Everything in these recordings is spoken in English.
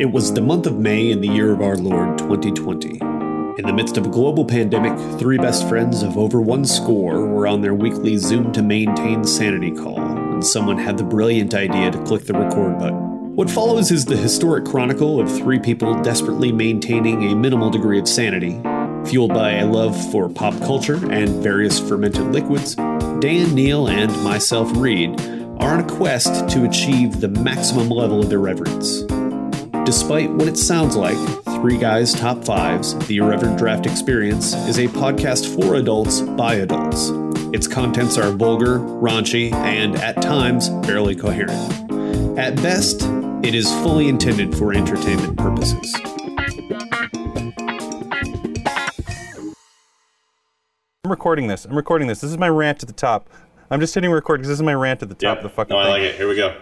It was the month of May in the year of our Lord 2020. In the midst of a global pandemic, three best friends of over one score were on their weekly Zoom to maintain sanity call when someone had the brilliant idea to click the record button. What follows is the historic chronicle of three people desperately maintaining a minimal degree of sanity. Fueled by a love for pop culture and various fermented liquids, Dan, Neil, and myself, Reed, are on a quest to achieve the maximum level of irreverence. Despite what it sounds like, Three Guys Top Fives, the Irreverent Draft Experience, is a podcast for adults by adults. Its contents are vulgar, raunchy, and at times barely coherent. At best, it is fully intended for entertainment purposes. I'm recording this. I'm recording this. This is my rant at the top. I'm just hitting record because this is my rant at the top Yep. of the fucking no, thing. I like it. Here we go.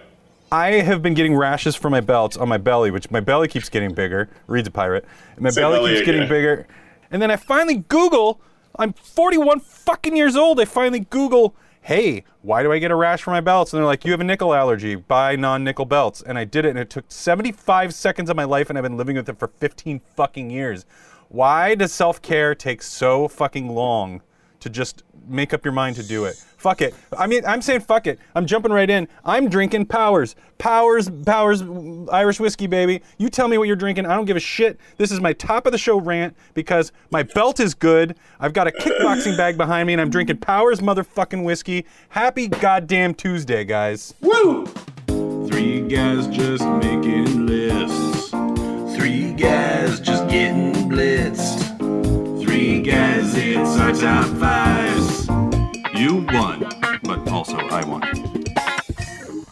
I have been getting rashes from my belt on my belly, which my belly keeps getting bigger. Reed's a pirate. My Say belly belly keeps getting again. bigger. And then I finally Google, I'm 41 fucking years old. I finally Google, hey, why do I get a rash from my belts? And they're like, you have a nickel allergy. Buy non nickel belts. And I did it, and it took 75 seconds of my life, and I've been living with it for 15 fucking years. Why does self care take so fucking long to just make up your mind to do it? Fuck it. I mean, I'm saying fuck it. I'm jumping right in. I'm drinking Powers. Powers, Powers, Irish whiskey, baby. You tell me what you're drinking. I don't give a shit. This is my top of the show rant because my belt is good. I've got a kickboxing bag behind me and I'm drinking Powers motherfucking whiskey. Happy goddamn Tuesday, guys. Woo! Three guys just making lists. Three guys just getting blitzed. Three guys, it's our top fives. You won, but also I won.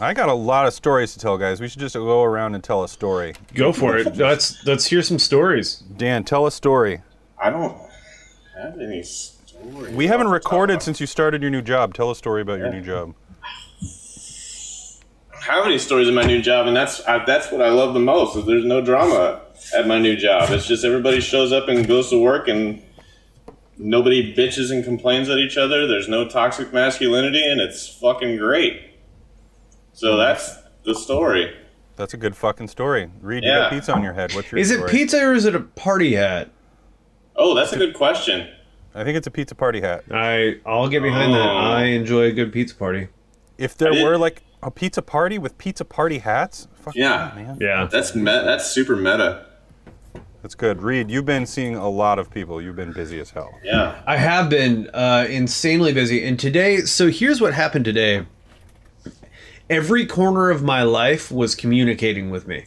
I got a lot of stories to tell, guys. We should just go around and tell a story. Go for it. Let's let's hear some stories. Dan, tell a story. I don't have any story. We haven't off the recorded top since you started your new job. Tell a story about your new job. of- I don't have any stories in my new job, and that's I, that's what I love the most. Is there's no drama at my new job. It's just everybody shows up and goes to work, and nobody bitches and complains at each other. There's no toxic masculinity, and it's fucking great. Mm-hmm. So that's the story. That's a good fucking story. Reed, you Yeah. got pizza on your head. What's your Is it story? pizza or is it a party hat? Oh, that's a good question. I think it's a pizza party hat. I I'll get behind that. Oh. I enjoy a good pizza party. If there I did- were like a pizza party with pizza party hats, fuck Yeah. yeah, man, Yeah. That's me- that's super meta. that's good. Reed, you've been seeing a lot of people. You've been busy as hell. Yeah. I have been uh, insanely busy. And today, so here's what happened today. Every corner of my life was communicating with me.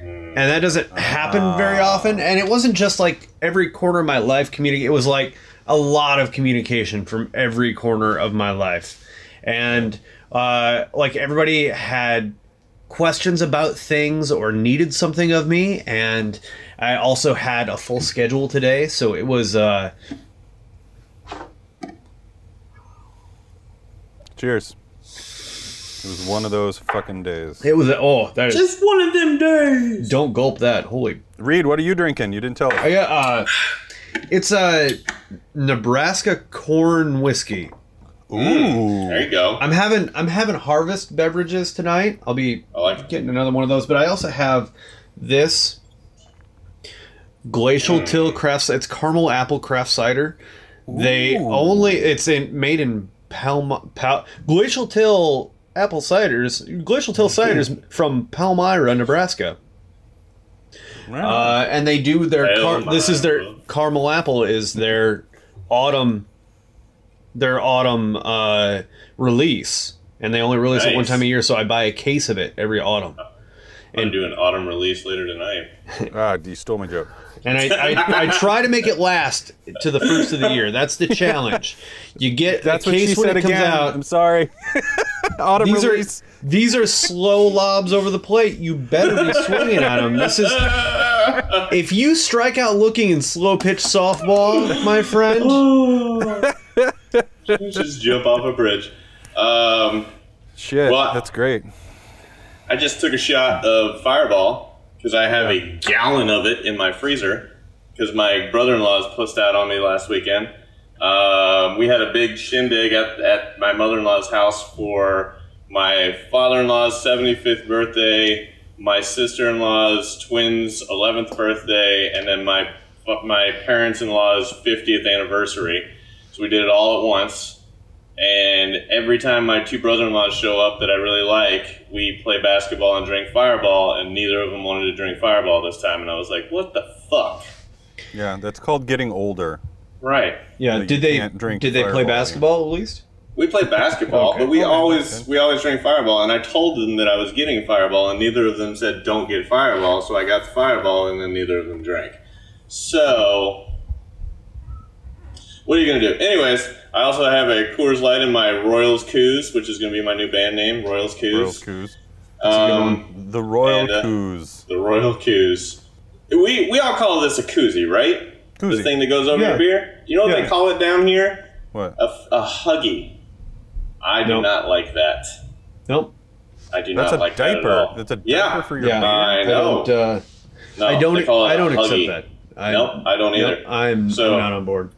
And that doesn't happen very often. And it wasn't just like every corner of my life communicate. It was like a lot of communication from every corner of my life. And uh, like everybody had questions about things or needed something of me. And I also had a full schedule today. So it was. Uh, Cheers. It was one of those fucking days. It was oh, that is It's one of them days. don't gulp that. Holy, Reed, what are you drinking? You didn't tell us. I got uh, it's a Nebraska corn whiskey. Ooh. There you go. I'm having I'm having harvest beverages tonight. I'll be I like it. getting another one of those, but I also have this Glacial Till craft. It's caramel apple craft cider. They only it's in, made in Palma Pal, Glacial Till apple ciders. Glacial Till ciders from Palmyra, Nebraska. Right. Uh, and they do their Hell car- this is their no. caramel apple is their autumn their autumn uh, release and they only release it one Nice. time a year so i buy a case of it every autumn I'm gonna do an autumn release later tonight. ah, you stole my joke. and I, I, I try to make it last to the first of the year that's the challenge you get That's a what case she when said it comes again. out I'm sorry. Autumn these are release. these are slow lobs over the plate. You better be swinging at them. This is if you strike out looking in slow pitch softball, my friend. just jump off a bridge. Um, Shit, Well, that's great. I just took a shot of Fireball because I have a gallon of it in my freezer because my brother-in-law's pussed out on me last weekend. Um, we had a big shindig at, at my mother-in-law's house for my father-in-law's 75th birthday, my sister in law's twins' eleventh birthday, and then my my parents in law's fiftieth anniversary. So we did it all at once. And every time my two brother in laws show up that I really like, we play basketball and drink Fireball, and neither of them wanted to drink Fireball this time. And I was like, what the fuck? Yeah, that's called getting older. Right. Yeah. Like, you did they can't drink did they play Fireball, yeah. basketball at least? We play basketball, Okay. but we Okay, always okay. we always drink Fireball. And I told them that I was getting a Fireball, and neither of them said don't get Fireball. So I got the Fireball, and then neither of them drank. So what are you gonna do? Anyways, I also have a Coors Light in my Royals Coos, which is gonna be my new band name, Royals Royal Coos. coos. Um, The Royal and, uh, Coos. the Royal Coos. We we all call this a koozie, right? Koozie. The thing that goes over Yeah. your beer. You know what Yeah. they call it down here? What? A, f- a huggy. I do Nope. not like that. Nope. I do That's not a like that at diaper. all. That's a diaper yeah. for your Yeah. beer. I know. don't. Uh, No, I they don't. call it I don't a accept huggy. that. I, uh, Nope, I don't either. Yep, I'm, So- I'm not on board.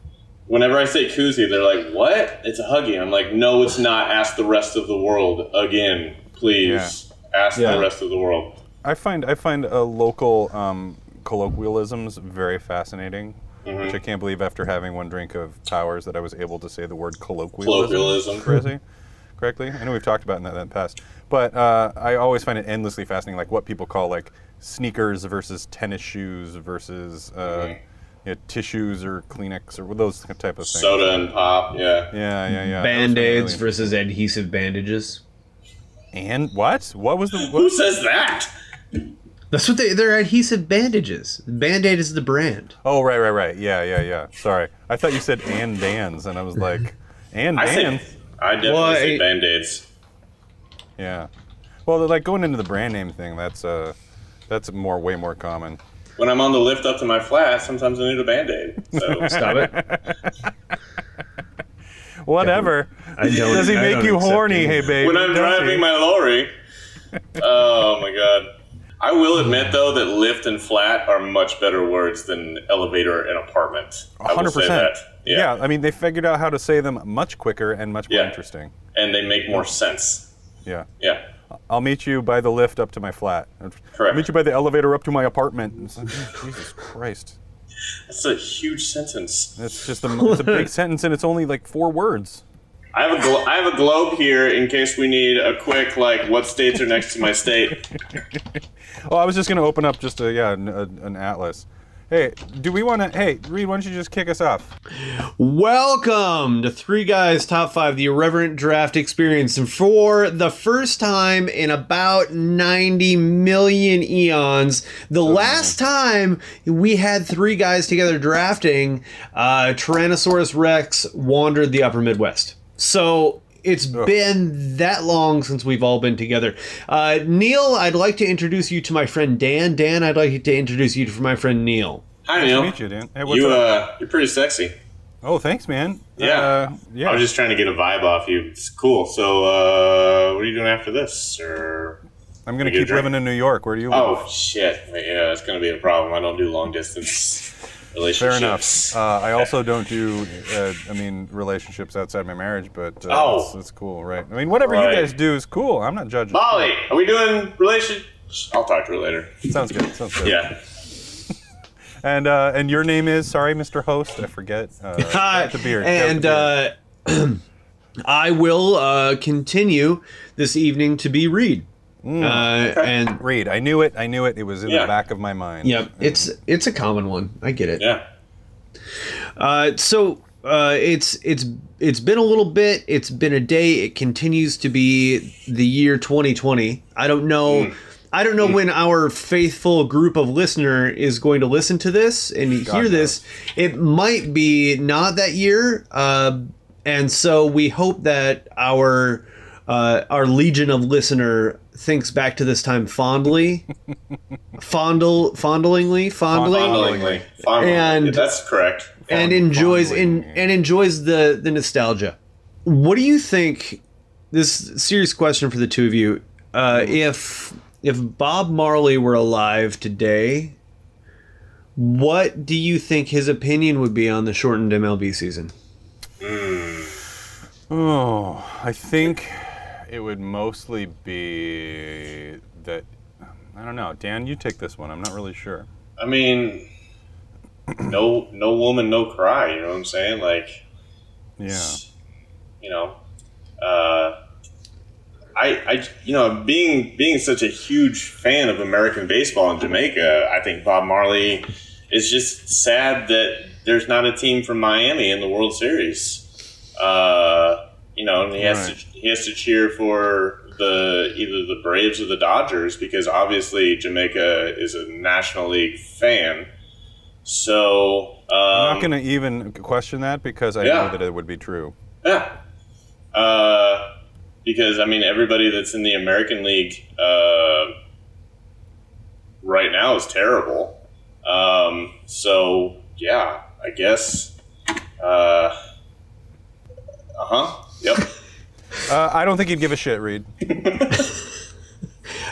Whenever I say koozie, they're like, "What? It's a huggy." I'm like, "No, it's not." Ask the rest of the world again, please. Ask Yeah. the rest of the world. I find I find uh, local um, colloquialisms very fascinating, Mm-hmm. which I can't believe after having one drink of Towers that I was able to say the word colloquialism, Colloquialism. crazy, correctly. I know we've talked about that in the past, but uh, I always find it endlessly fascinating, like what people call like sneakers versus tennis shoes versus uh, Mm-hmm. yeah, tissues or Kleenex or those type of things. Soda and pop. Yeah. Yeah, yeah, yeah. Band aids That was versus adhesive bandages. really- and what? What was the? Who What? says that? That's what they. They're adhesive bandages. Band aid is the brand. Oh, right, right, right. Yeah, yeah, yeah. Sorry, I thought you said and Dan's, and I was like, and I Dan's. say. I definitely Well, say I- band aids. Yeah. Well, they're, like going into the brand name thing, that's uh, that's more way more common. When I'm on the lift up to my flat, sometimes I need a band aid. So Stop it. Whatever. don't- Does he I make don't you accept horny, any- hey baby? when I'm Does he? driving my lorry. Oh my god. I will admit though that lift and flat are much better words than elevator and apartment. I will hundred say percent. that. Yeah. Yeah. I mean they figured out how to say them much quicker and much more Yeah. interesting. And they make more sense. Yeah. Yeah. I'll meet you by the lift up to my flat. I'll Correct. meet you by the elevator up to my apartment. It's like, oh, Jesus Christ. That's a huge sentence. That's just a, it's a big sentence and it's only like four words. I have a glo- I have a globe here in case we need a quick like what states are next to my state. Oh, I was just gonna open up just a yeah an, a, an atlas. Hey, do we want to? Hey, Reed, why don't you just kick us off? Welcome to Three Guys Top Five: The Irreverent Draft Experience, and for the first time in about ninety million eons, the last time we had three guys together drafting, uh, Tyrannosaurus Rex wandered the Upper Midwest. So. It's been that long since we've all been together. Uh, Neil, I'd like to introduce you to my friend Dan. Dan, I'd like to introduce you to my friend Neil. Hi Neil. Meet you, Dan. Hey, what's You up? uh you're pretty sexy. Oh, thanks, man. Yeah. Uh, yeah. I was just trying to get a vibe off you. It's cool. So uh what are you doing after this, sir? I'm gonna you keep drink. living in New York. Where do you live? Oh shit! Yeah, it's gonna be a problem. I don't do long distance Fair relationships. enough. Uh, I also don't do, uh, I mean, relationships outside my marriage, but uh, Oh. it's, it's cool, right? I mean, whatever Right. you guys do is cool. I'm not judging. Molly, Uh, are we doing relation? I'll talk to her later. Sounds good. Sounds good. Yeah. And uh, and your name is sorry, Mr. Host. I forget. Uh, Hi. got the beard. got the And beard. uh, I will uh, continue this evening to be Reed. Uh, and Reed, I knew it. I knew it. It was in Yeah. the back of my mind. yep, it's it's a common one. I get it. Yeah. Uh, so uh, it's it's it's been a little bit. It's been a day. It continues to be the year 2020. I don't know. I don't know when our faithful group of listener is going to listen to this and hear this. It might be not that year, uh, and so we hope that our uh, our legion of listener thinks back to this time fondly, fondle, fondlingly, fondling Fondlingly. Fondlingly. And- Yeah, that's correct. and fondling. enjoys in and enjoys the the nostalgia. What do you think? This serious question for the two of you: uh, If if Bob Marley were alive today, what do you think his opinion would be on the shortened MLB season? Oh, I think it would mostly be that I don't know. Dan, you take this one. I'm not really sure. I mean, no, no woman, no cry. You know what I'm saying? Like, Yeah. you know, uh, I, I, you know, being being such a huge fan of American baseball in Jamaica, I think Bob Marley is just sad that there's not a team from Miami in the World Series. Uh, you know, and he has Right. to he has to cheer for the either the Braves or the Dodgers because obviously Jamaica is a National League fan. So um, I'm not going to even question that because I yeah. know that it would be true. Yeah. Uh, because I mean, everybody that's in the American League uh, right now is terrible. Um, so yeah, I guess. Uh huh. Yep. Uh, I don't think he'd give a shit, Reed.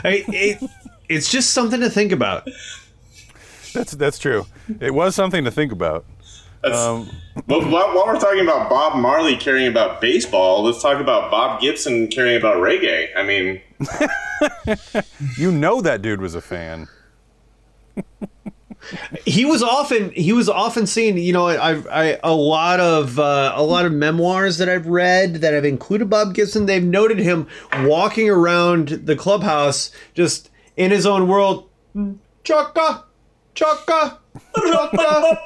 I, it, it's just something to think about. That's that's true. It was something to think about. That's, Um, but while, while we're talking about Bob Marley caring about baseball, let's talk about Bob Gibson caring about reggae. I mean, you know that dude was a fan. he was often he was often seen you know i i a lot of uh, a lot of memoirs that i've read that have included bob gibson they've noted him walking around the clubhouse just in his own world chaka chaka chaka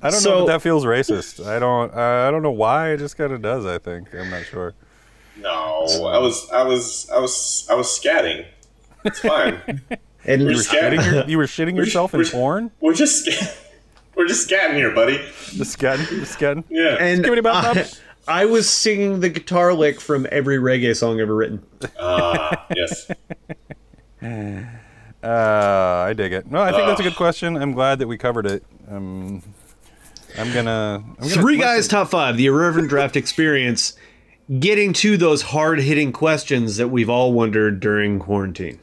I don't know So- if that feels racist. I don't. I don't know why. It just kind of does. I think. I'm not sure. no, I was, I was, I was, I was scatting. It's fine. and We're Shitting scatting. your- you were shitting yourself in we're- porn. We're just scat- we're just scatting here, buddy. Just getting. Just getting. Yeah. and Give me about I, that. I was singing the guitar lick from every reggae song ever written Ah, yes. Uh, I dig it. No, I think that's a Ugh. good question. I'm glad that we covered it. Um, I'm gonna. I'm gonna Three listen. guys top five, the irreverent draft experience, getting to those hard hitting questions that we've all wondered during quarantine.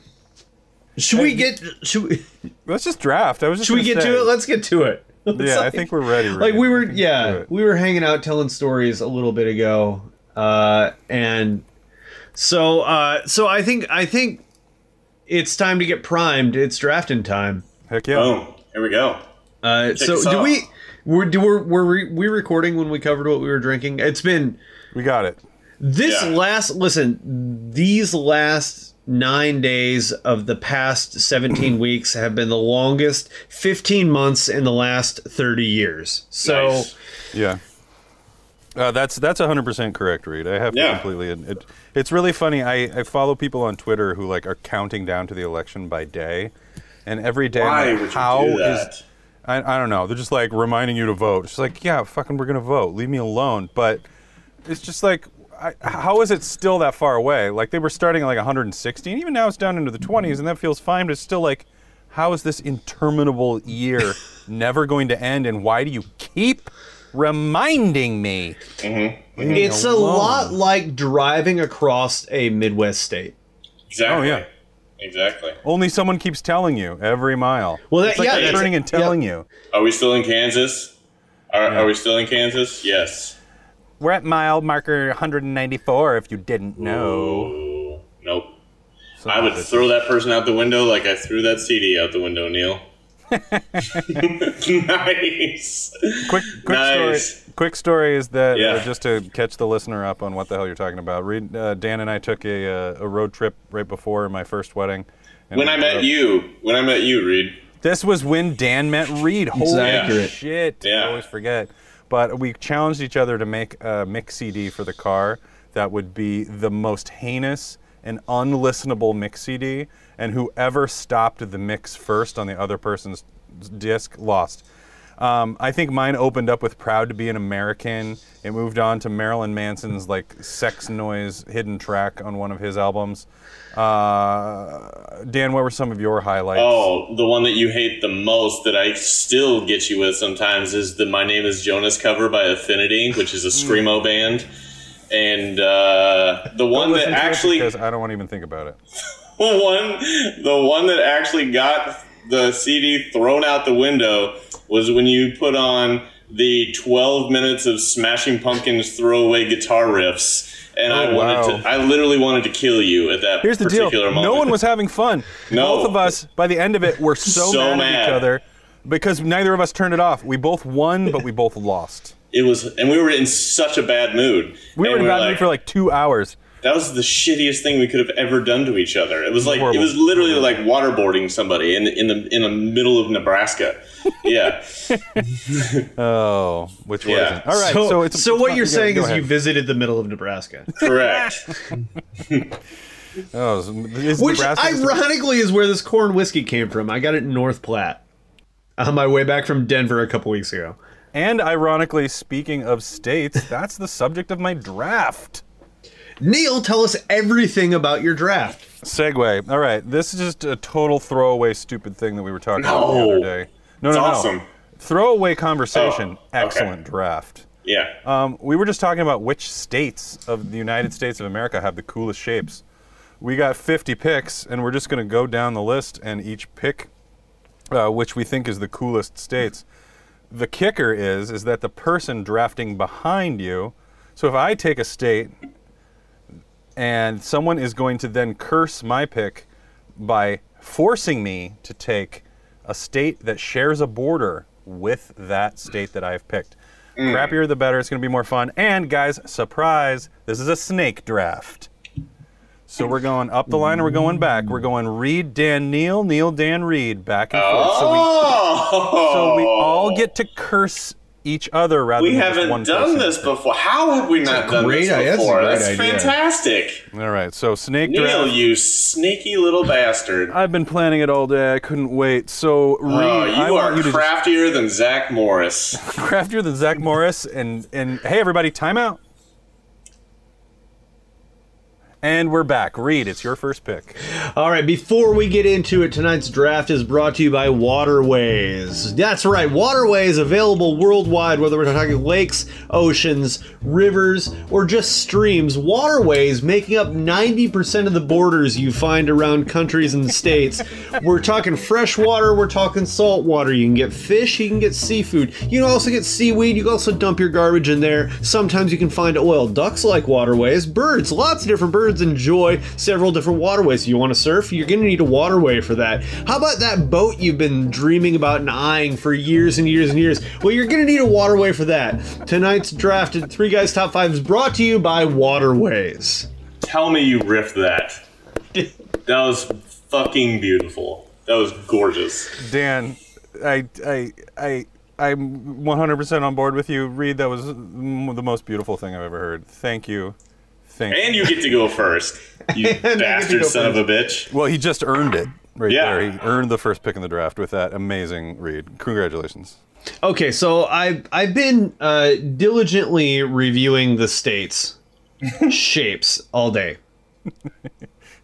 Should we get should we, Let's just draft. I was just. should we gonna get say. to it? Let's get to it. Yeah, I think we're ready. like Reed. we I were think can do yeah, it. we were hanging out telling stories a little bit ago. Uh and so uh so I think I think it's time to get primed. It's drafting time. Heck yeah. Boom. Here we go. Uh, so us do off. we were do we're, were we- we recording when we covered what we were drinking? It's been We got it. This Yeah. last listen, these last nine days of the past 17 weeks have been the longest 15 months in the last 30 years. So Nice. Yeah. Uh, that's that's 100% correct, Reed. I have to Yeah. completely. It, it's really funny. I, I follow people on Twitter who like are counting down to the election by day, and every day. I'm Why like, would you how do is- that? I, I don't know. They're just like reminding you to vote. It's like, yeah, fucking, we're gonna vote. Leave me alone. But it's just like, I, how is it still that far away? Like they were starting at like 160, and even now it's down into the 20s, and that feels fine. But it's still like, how is this interminable year never going to end? And why do you keep reminding me? it's a alone. lot like driving across a Midwest state. Exactly. Oh, yeah. Exactly. Only someone keeps telling you every mile. Well, that- it's like yeah, they're that's- turning and yeah. telling you. Are we still in Kansas? Are, are we still in Kansas? Yes. We're at mile marker 194. If you didn't know, Ooh, nope. I would throw that person out the window like I threw that CD out the window, Neil. nice. quick, quick Nice. story. Quick story is that uh, Yeah. just to catch the listener up on what the hell you're talking about. Reed, uh, Dan and I took a, uh, a road trip right before my first wedding. and When we I drove- met you, when I met you, Reed. this was when Dan met Reed. Holy accurate. shit! Yeah. I always forget. But we challenged each other to make a mix CD for the car that would be the most heinous and unlistenable mix CD, and whoever stopped the mix first on the other person's disc lost. Um, I think mine opened up with "Proud to Be an American." It moved on to Marilyn Manson's like "Sex Noise" hidden track on one of his albums. Uh, Dan, what were some of your highlights? Oh, the one that you hate the most that I still get you with sometimes is the My Name is Jonas cover by Affinity, which is a Hmm. Screamo band. And uh, the one that listen to it actually because I don't want to even think about it. the one the one that actually got the CD thrown out the window was when you put on the 12 minutes of Smashing Pumpkins throwaway guitar riffs and I Oh, wow. wanted to, I literally wanted to kill you at that Here's the deal. particular moment. No one was having fun. No. Both of us, by the end of it, were so, So mad, at mad. each other because neither of us turned it off. We both won, but we both lost. It was, and we were in such a bad mood. We were And in a we're bad mood for like two hours. that was the shittiest thing we could have ever done to each other. It was like Horrible. it was literally like waterboarding somebody in in the in the middle of Nebraska. Yeah, Oh, which Yeah. wasn't. All right. so, So, so, it's, what you're saying go is ahead. you visited the middle of Nebraska, correct. Oh, is which Nebraska- ironically is where this corn whiskey came from. I got it in North Platte on my way back from Denver a couple weeks ago. And ironically, speaking of states, that's the subject of my draft. Neil, tell us everything about your draft. Segue. All right. This is just a total throwaway, stupid thing that we were talking about No. the other day. No, It's no, no. awesome. Oh, Throwaway conversation. okay. Excellent draft. Yeah, Um, we were just talking about which states of the United States of America have the coolest shapes. We got 50 picks, and we're just going to go down the list and each pick uh, which we think is the coolest states. The kicker is is that the person drafting behind you. So if I take a state, and someone is going to then curse my pick by forcing me to take a state that shares a border with that state that I've picked. Crappier the better. It's going to be more fun. And guys, surprise! This is a snake draft. So we're going up the line and we're going back. We're going Reed, Dan, Neil, Neil, Dan, Reed, back and forth. Uh, So we oh, so we all get to curse each other rather We than just haven't one done person. this before. How have we not done great this idea. That's a before? great That's, idea. fantastic, All right, so snake Neil. draft. You sneaky little bastard. I've been planning it all day. I couldn't wait. So Reed, Oh, you I are want you to just craftier than Zach Morris. craftier than Zach Morris. And and hey, everybody, timeout. And we're back. Reed, it's your first pick. All right, before we get into it, tonight's draft is brought to you by Waterways. That's right, Waterways available worldwide, whether we're talking lakes, oceans, rivers, or just streams. Waterways making up 90% of the borders you find around countries and states. we're talking fresh water, we're talking salt water. You can get fish, you can get seafood, you can also get seaweed, you can also dump your garbage in there. Sometimes you can find oil. Ducks like waterways, birds, lots of different birds enjoy several different waterways. You want to surf? You're going to need a waterway for that. How about that boat you've been dreaming about and eyeing for years and years and years? Well, you're going to need a waterway for that. Tonight's drafted Three Guys Top 5 is brought to you by Waterways. Tell me you riffed that. That was fucking beautiful. That was gorgeous. Dan, I I I I'm 100% on board with you. Reed, that was mm, the most beautiful thing I've ever heard. Thank you. Thank you. And you get to go first. You to go bastard son of a bitch. Well, he just earned it right Yeah. there. He earned the first pick in the draft with that amazing read. Congratulations. Okay, so I I've been uh, diligently reviewing the states shapes all day.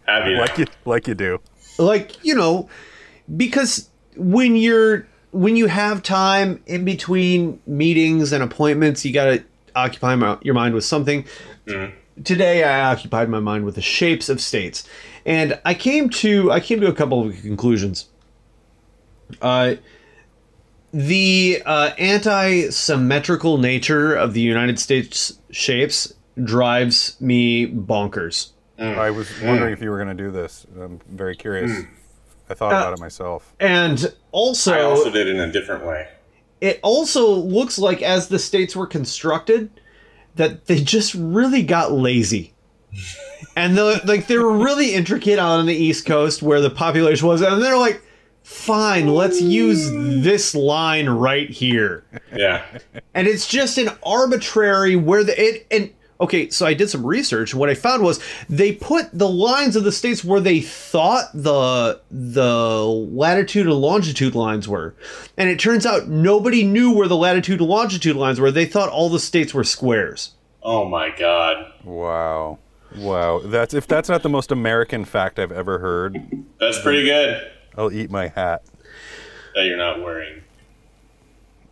Have you? Like you, like you do. like you know because when you're when you have time in between meetings and appointments you got to occupy my, your mind with something Mm-hmm. today i occupied my mind with the shapes of states and i came to i came to a couple of conclusions uh the uh, anti-symmetrical nature of the united states shapes drives me bonkers I was wondering if you were going to do this. I'm very curious. I thought about it myself. and also, I also did it in a different way. it also looks like as the states were constructed that they just really got lazy and the, like they were really intricate on the east coast where the population was and they're like fine let's use this line right here Yeah. and it's just an arbitrary where the it and okay so i did some research and what i found was they put the lines of the states where they thought the the latitude and longitude lines were and it turns out nobody knew where the latitude and longitude lines were they thought all the states were squares Oh my god. Wow. Wow. That's if that's not the most American fact I've ever heard, That's pretty good. I'll eat my hat. That you're not wearing.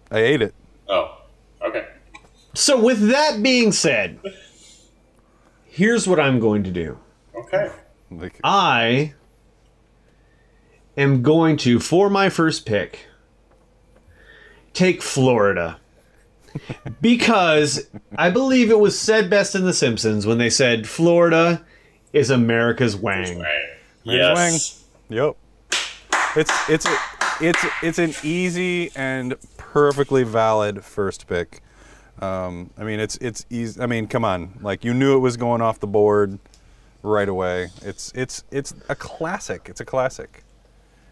I ate it. Oh. Okay. so with that being said here's what i'm going to do Okay. Like I am going to, for my first pick, take Florida. because I believe it was said best in The Simpsons when they said Florida is America's wang. Yes. Yep. It's it's a, it's it's an easy and perfectly valid first pick. Um, I mean, it's it's easy. I mean, come on, like you knew it was going off the board right away. It's it's it's a classic. It's a classic.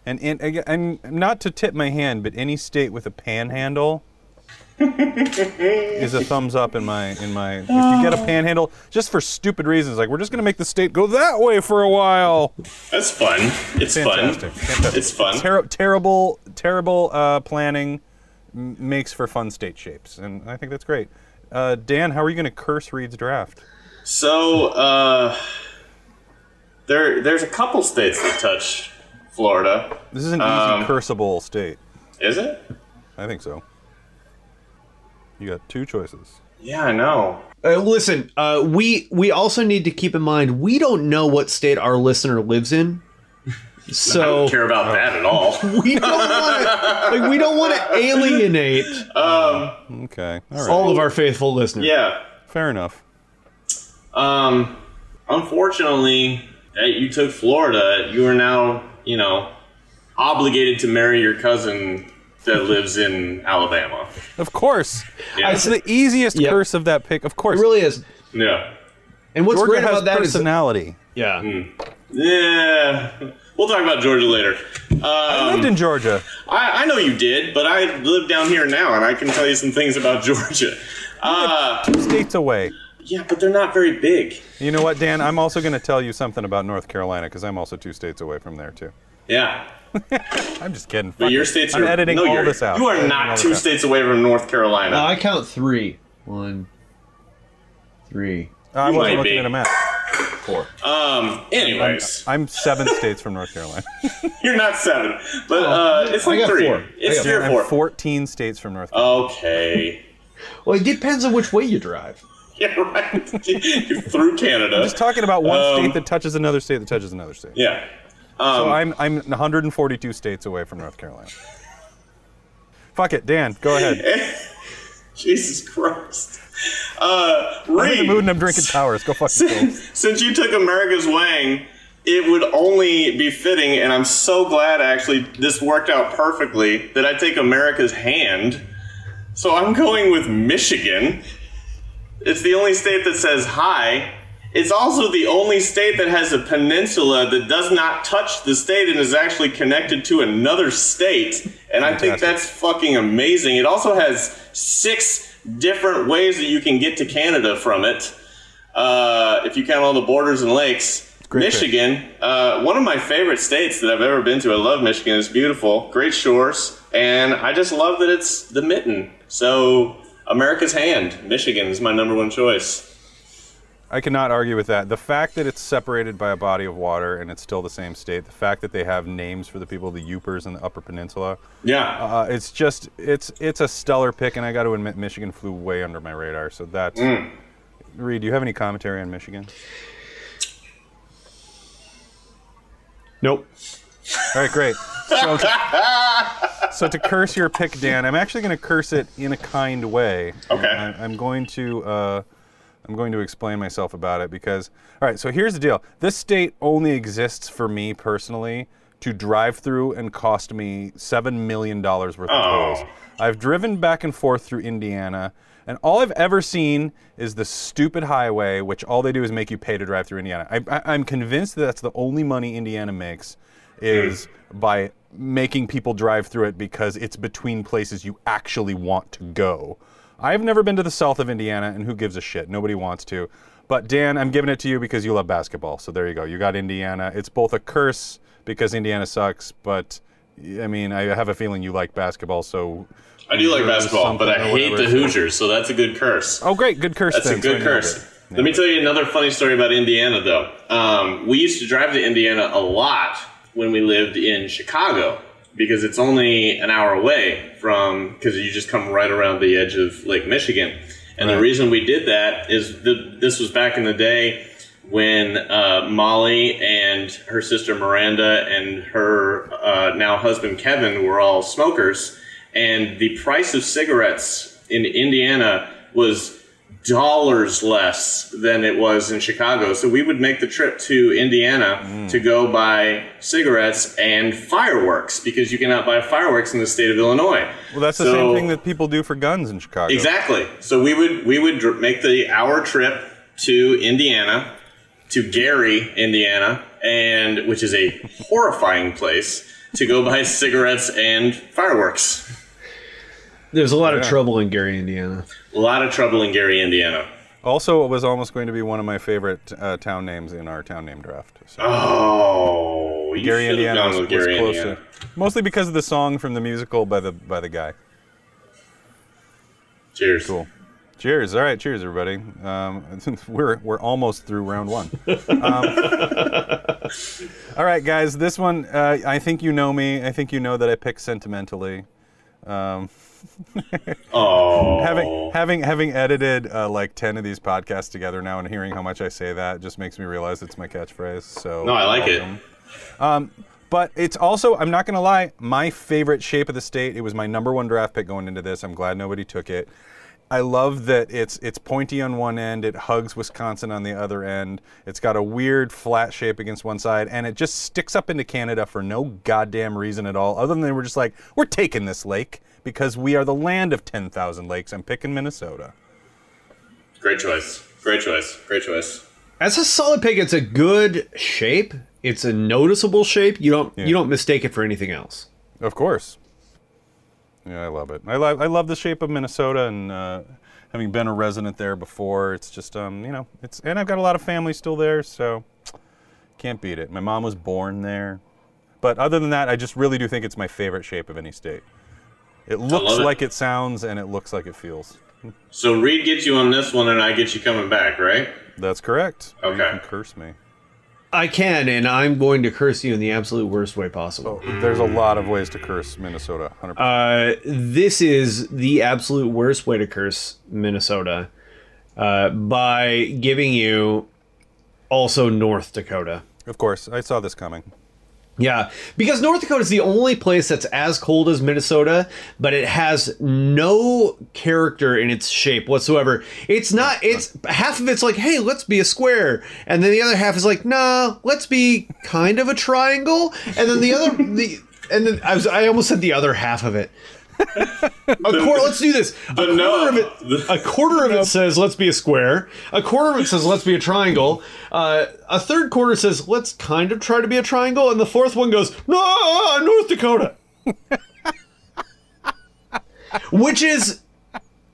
And in, ag- and not to tip my hand, but any state with a panhandle is a thumbs up in my in my. If you get a panhandle, just for stupid reasons, like we're just gonna make the state go that way for a while. That's fun. It's Fantastic. fun. Fantastic. It's fun. Ter- terrible, terrible uh, planning m- makes for fun state shapes, and I think that's great. Uh, Dan, how are you going to curse Reed's draft? So uh, there, there's a couple states that touch Florida. This is an easy Um, curseable state. Is it? I think so. You got two choices. Yeah, I know. Uh, listen, uh, we we also need to keep in mind we don't know what state our listener lives in, I don't so care about that at all. we don't want to like, we don't want to alienate Okay. All right. all of our faithful listeners. yeah. Fair enough. Um, unfortunately, eh, you took Florida. You are now, you know, obligated to marry your cousin that lives in Alabama. Of course. Yeah. It's the easiest Yep. curse of that pick. Of course. It really is. yeah. And what's Georgia great has about that is personality. yeah. Yeah. We'll talk about Georgia later. Um, I lived in Georgia. I, I know you did, but I live down here now, and I can tell you some things about Georgia. Uh, Two states away. yeah, but they're not very big. You know what, Dan? I'm also going to tell you something about North Carolina because I'm also two states away from there too. Yeah, I'm just kidding. but Fuck your it. states I'm are editing no, all you're- this out. You are Editing all not this two out. states away from North Carolina. Uh, I count three. One, three. Oh, I you wasn't might looking be. at a map. um. Anyways, I'm seven states from North Carolina. you're not seven, but Oh. uh, it's I like got three. four. It's I got three or I'm four. 14 states from North Carolina. Okay. Well, it depends on which way you drive. Yeah, right. You Through Canada. Just talking about one Uh, Um, state that touches another state that touches another state. Yeah. So I'm I'm 142 states away from North Carolina. Fuck it, Dan. Go ahead. Jesus Christ. Uh, Reed, I'm in the mood and I'm drinking towers. Go fuck yourself. since you took America's Wang, it would only be fitting, and I'm so glad actually this worked out perfectly that I take America's hand. So I'm going with Michigan. It's the only state that says hi. It's also the only state that has a peninsula that does not touch the state and is actually connected to another state. And I think Fantastic. that's fucking amazing. It also has six different ways that you can get to Canada from it uh, if you count all the borders and lakes. Great pick. Michigan, uh, one of my favorite states that I've ever been to. I love Michigan. It's beautiful, great shores, and I just love that it's the mitten. So, America's hand, Michigan is my number one choice. I cannot argue with that. The fact that it's separated by a body of water and it's still the same state. The fact that they have names for the people, the Upers and the Upper Peninsula. Yeah. Uh, it's just it's it's a stellar pick, and I got to admit, Michigan flew way under my radar. So that's. Reed, do you have any commentary on Michigan? Nope. All right, great. So to, so to curse your pick, Dan, I'm actually going to curse it in a kind way. Okay. And I, I'm going to uh, I'm going to explain myself about it because all right. So here's the deal. This state only exists for me personally to drive through and cost me seven million dollars worth of Oh. tolls. I've driven back and forth through Indiana, and all I've ever seen is the stupid highway, which all they do is make you pay to drive through Indiana. I, I, I'm convinced that that's the only money Indiana makes is by making people drive through it because it's between places you actually want to go. I've never been to the south of Indiana, and who gives a shit? Nobody wants to. But Dan, I'm giving it to you because you love basketball. So there you go. You got Indiana. It's both a curse because Indiana sucks, but I mean, I have a feeling you like basketball. So I do like Hoosiers basketball, but I something or hate the whatever. Hoosiers, so that's a good curse. Oh, great. Good curse. That's a then. So I good know curse. that. Let me tell you another funny story about Indiana, though. Um, we used to drive to Indiana a lot when we lived in Chicago because it's only an hour away from, because you just come right around the edge of Lake Michigan. And the Right. reason we did that is th- this was back in the day when uh, Molly and her sister Miranda and her uh, now husband Kevin were all smokers, and the price of cigarettes in Indiana was dollars less than it was in Chicago. So we would make the trip to Indiana Mm. to go buy cigarettes and fireworks because you cannot buy fireworks in the state of Illinois. Well, that's the So- same thing that people do for guns in Chicago. Exactly. So we would we would dr- make the hour trip to Indiana, to Gary, Indiana, and which is a horrifying place to go buy cigarettes and fireworks. There's a lot of trouble in Gary, Indiana. A lot of trouble in Gary, Indiana. Also, it was almost going to be one of my favorite uh, town names in our town name draft. So. Oh, you Gary, should have Indiana gone was, with Gary, was closer, Indiana. mostly because of the song from the musical by the by the guy. Cheers. Cool. Cheers. All right, cheers, everybody. Um, we're we're almost through round one. Um, all right, guys. This one, uh, I think you know me. I think you know that I pick sentimentally. Oh, Having having having edited uh, like ten of these podcasts together now, and hearing how much I say that just makes me realize it's my catchphrase. So no, I like it. But it's also, I'm not going to lie, my favorite shape of the state. It was my number one draft pick going into this. I'm glad nobody took it. I love that it's it's pointy on one end, it hugs Wisconsin on the other end. It's got a weird flat shape against one side, and it just sticks up into Canada for no goddamn reason at all, other than they were just like, we're taking this lake because we are the land of 10,000 lakes. I'm picking Minnesota. Great choice. Great choice. Great choice. That's a solid pick. It's a good shape. It's a noticeable shape. You don't Yeah. you don't mistake it for anything else. Of course. Yeah, I love it. I love I love the shape of Minnesota, and uh, having been a resident there before, it's just um you know it's and I've got a lot of family still there, so can't beat it. My mom was born there, but other than that, I just really do think it's my favorite shape of any state. It looks it. like it sounds, and it looks like it feels. So Reed gets you on this one, and I get you coming back, right? That's correct. You Okay. can curse me. I can, and I'm going to curse you in the absolute worst way possible. There's a lot of ways to curse Minnesota. 100%. Uh, this is the absolute worst way to curse Minnesota uh, by giving you also North Dakota. of course, I saw this coming. Yeah, because North Dakota is the only place that's as cold as Minnesota, but it has no character in its shape whatsoever. It's not. It's half of it's like, hey, let's be a square, and then the other half is like, nah, let's be kind of a triangle, and then the other the. And then I, was, I almost said the other half of it. A quarter. Let's do this. A quarter no- of it. A quarter of it says let's be a square. A quarter of it says let's be a triangle. Uh, a third quarter says let's kind of try to be a triangle, and the fourth one goes no North Dakota, which is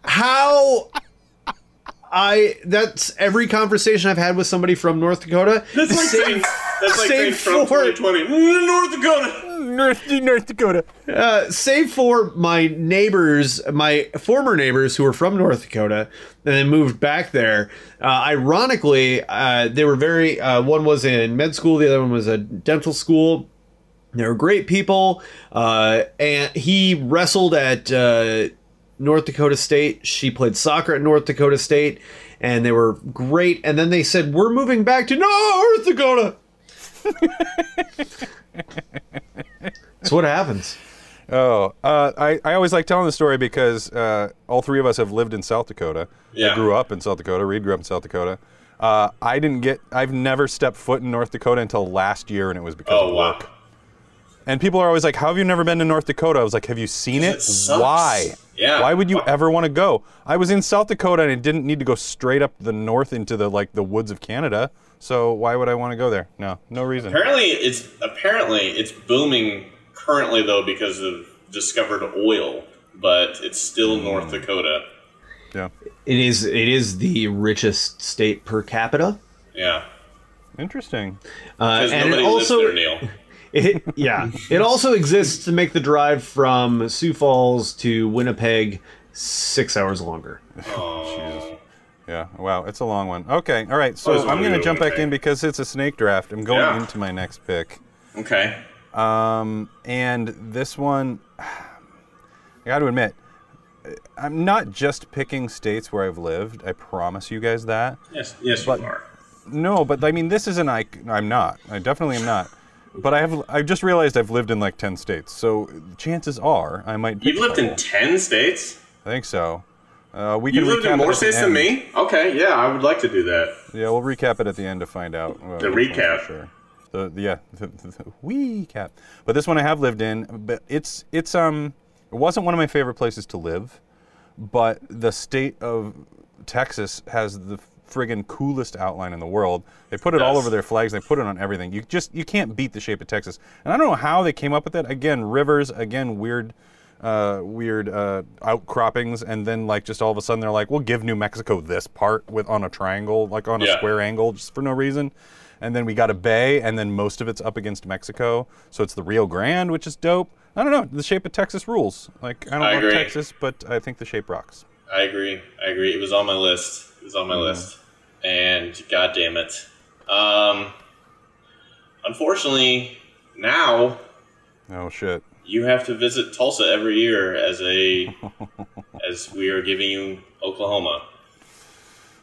how I. That's every conversation I've had with somebody from North Dakota. That's like saying that's like saying save Trump for- 2020. Mm, North Dakota. North North Dakota. save for my neighbors, my former neighbors who were from North Dakota and then moved back there. Uh, ironically, uh, they were very, uh, one was in med school, the other one was a dental school. They were great people. Uh, and he wrestled at uh, North Dakota State. She played soccer at North Dakota State, and they were great. And then they said, We're moving back to North Dakota. That's what happens. Oh, uh, I, I always like telling the story because uh, all three of us have lived in South Dakota. I Yeah. grew up in South Dakota. Reed grew up in South Dakota. Uh, I didn't get. I've never stepped foot in North Dakota until last year, and it was because Oh of wow. work. And people are always like, "How have you never been to North Dakota?" I was like, "Have you seen it? sucks. Why? Yeah. Why would you ever want to go?" I was in South Dakota, and I didn't need to go straight up the north into the like the woods of Canada. So why would I want to go there? No, no reason. Apparently it's apparently it's booming currently though because of discovered oil, but it's still North Dakota. Yeah, It is it is the richest state per capita. Yeah. interesting. Uh, Because and it nobody lives also there, Neil. it, yeah, it also exists to make the drive from Sioux Falls to Winnipeg 6 hours longer. Yeah. Wow. It's a long one. Okay. All right. So Oh, it's I'm gonna going to go jump back okay. in because it's a snake draft. I'm going Yeah. into my next pick. Okay. And this one, I got to admit, I'm not just picking states where I've lived. I promise you guys that. Yes, yes, But- you are. No, but I mean, this is an I. I'm not. I definitely am not. But I have. I just realized I've lived in like ten states. So chances are I might. pick You've lived a in couple. ten states. I think so. Uh, we You can lived recap in it at more the states than end. me? Okay, yeah, I would like to do that. Yeah, we'll recap it at the end to find out. uh, The which ones for recap. sure. The, the- yeah, the, the, the wee cap. But this one I have lived in, but it's it's um it wasn't one of my favorite places to live, but the state of Texas has the friggin' coolest outline in the world. They put it all Yes. over their flags. They put it on everything. You just you can't beat the shape of Texas. And I don't know how they came up with that. Again, rivers. Again, weird. Uh, weird uh, outcroppings, and then like just all of a sudden they're like, "We'll give New Mexico this part with on a triangle, like on a Yeah. square angle, just for no reason." And then we got a bay, and then most of it's up against Mexico, so it's the Rio Grande, which is dope. I don't know. The shape of Texas rules. Like I don't I love agree. Texas, but I think the shape rocks. I agree. I agree. It was on my list. It was on my list. And god damn it. Um unfortunately, now Oh shit. you have to visit Tulsa every year as a as we are giving you Oklahoma.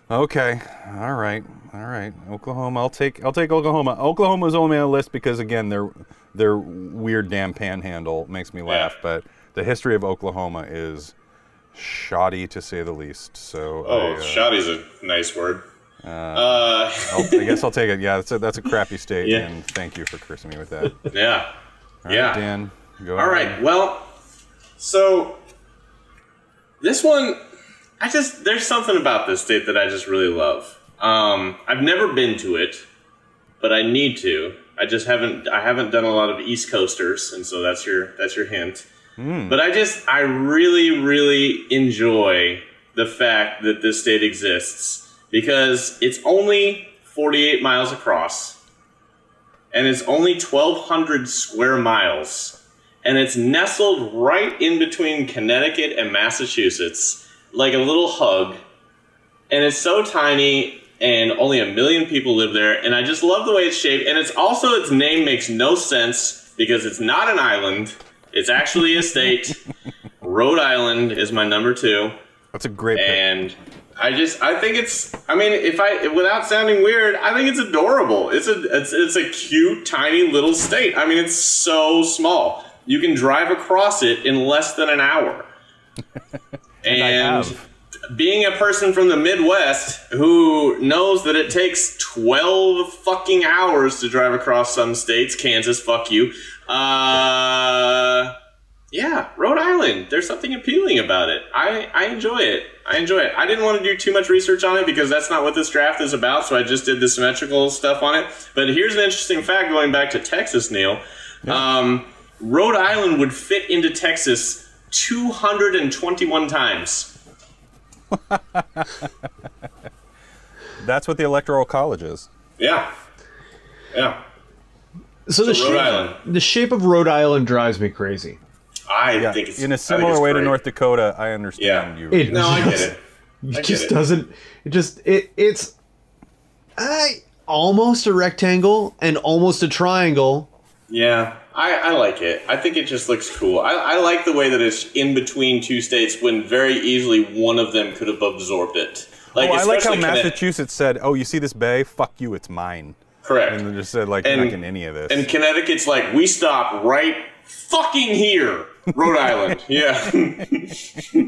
Okay. All right. All right. Oklahoma. I'll take. I'll take Oklahoma. Oklahoma was only on the list because again, their their weird damn panhandle makes me laugh. Yeah. But the history of Oklahoma is shoddy to say the least. So. Oh, I, uh, shoddy's a nice word. uh I'll- I guess I'll take it. Yeah, that's a, that's a crappy state. Yeah. And thank you for cursing me with that. All Uh, yeah. right, yeah. Dan, go. ahead. All right. Well, so this one, I just there's something about this state that I just really love. Um, I've never been to it, but I need to. I just haven't. I haven't done a lot of East Coasters, and so that's your that's your hint. But I just I really really enjoy the fact that this state exists because it's only 48 miles across and it's only 1,200 square miles. And it's nestled right in between Connecticut and Massachusetts, like a little hug. And it's so tiny, and only a million people live there. And I just love the way it's shaped. And it's also, its name makes no sense because it's not an island, it's actually a state. Rhode Island is my number two That's a great pick. and I just I think it's I mean if I without sounding weird I think it's adorable. It's a it's, it's a cute tiny little state. I mean it's so small. You can drive across it in less than an hour. and have. being a person from the Midwest who knows that it takes 12 fucking hours to drive across some states, Kansas, fuck you. Uh yeah, Rhode Island. There's something appealing about it. I, I enjoy it. I enjoy it. I didn't want to do too much research on it because that's not what this draft is about, so I just did the symmetrical stuff on it. But here's an interesting fact going back to Texas, Neil. Um, Rhode Island would fit into Texas 221 times. That's what the Electoral College is. Yeah. Yeah. So the Rhode shape, Island. the shape of Rhode Island drives me crazy. I Yeah. think it's In I a think similar it's way to great. North Dakota, I understand Yeah. you. It- No, I get it. It get just it. doesn't. It just it it's, I almost a rectangle and almost a triangle. Yeah, I, I like it. I think it just looks cool. I, I like the way that it's in between two states when very easily one of them could have absorbed it. Like, oh, I like how especially Connecticut- Massachusetts said, "Oh, you see this bay? Fuck you, it's mine." Correct. And they just said, "Like, And- not getting any of this." And Connecticut's like, we stop right fucking here, Rhode Island. Yeah. yeah.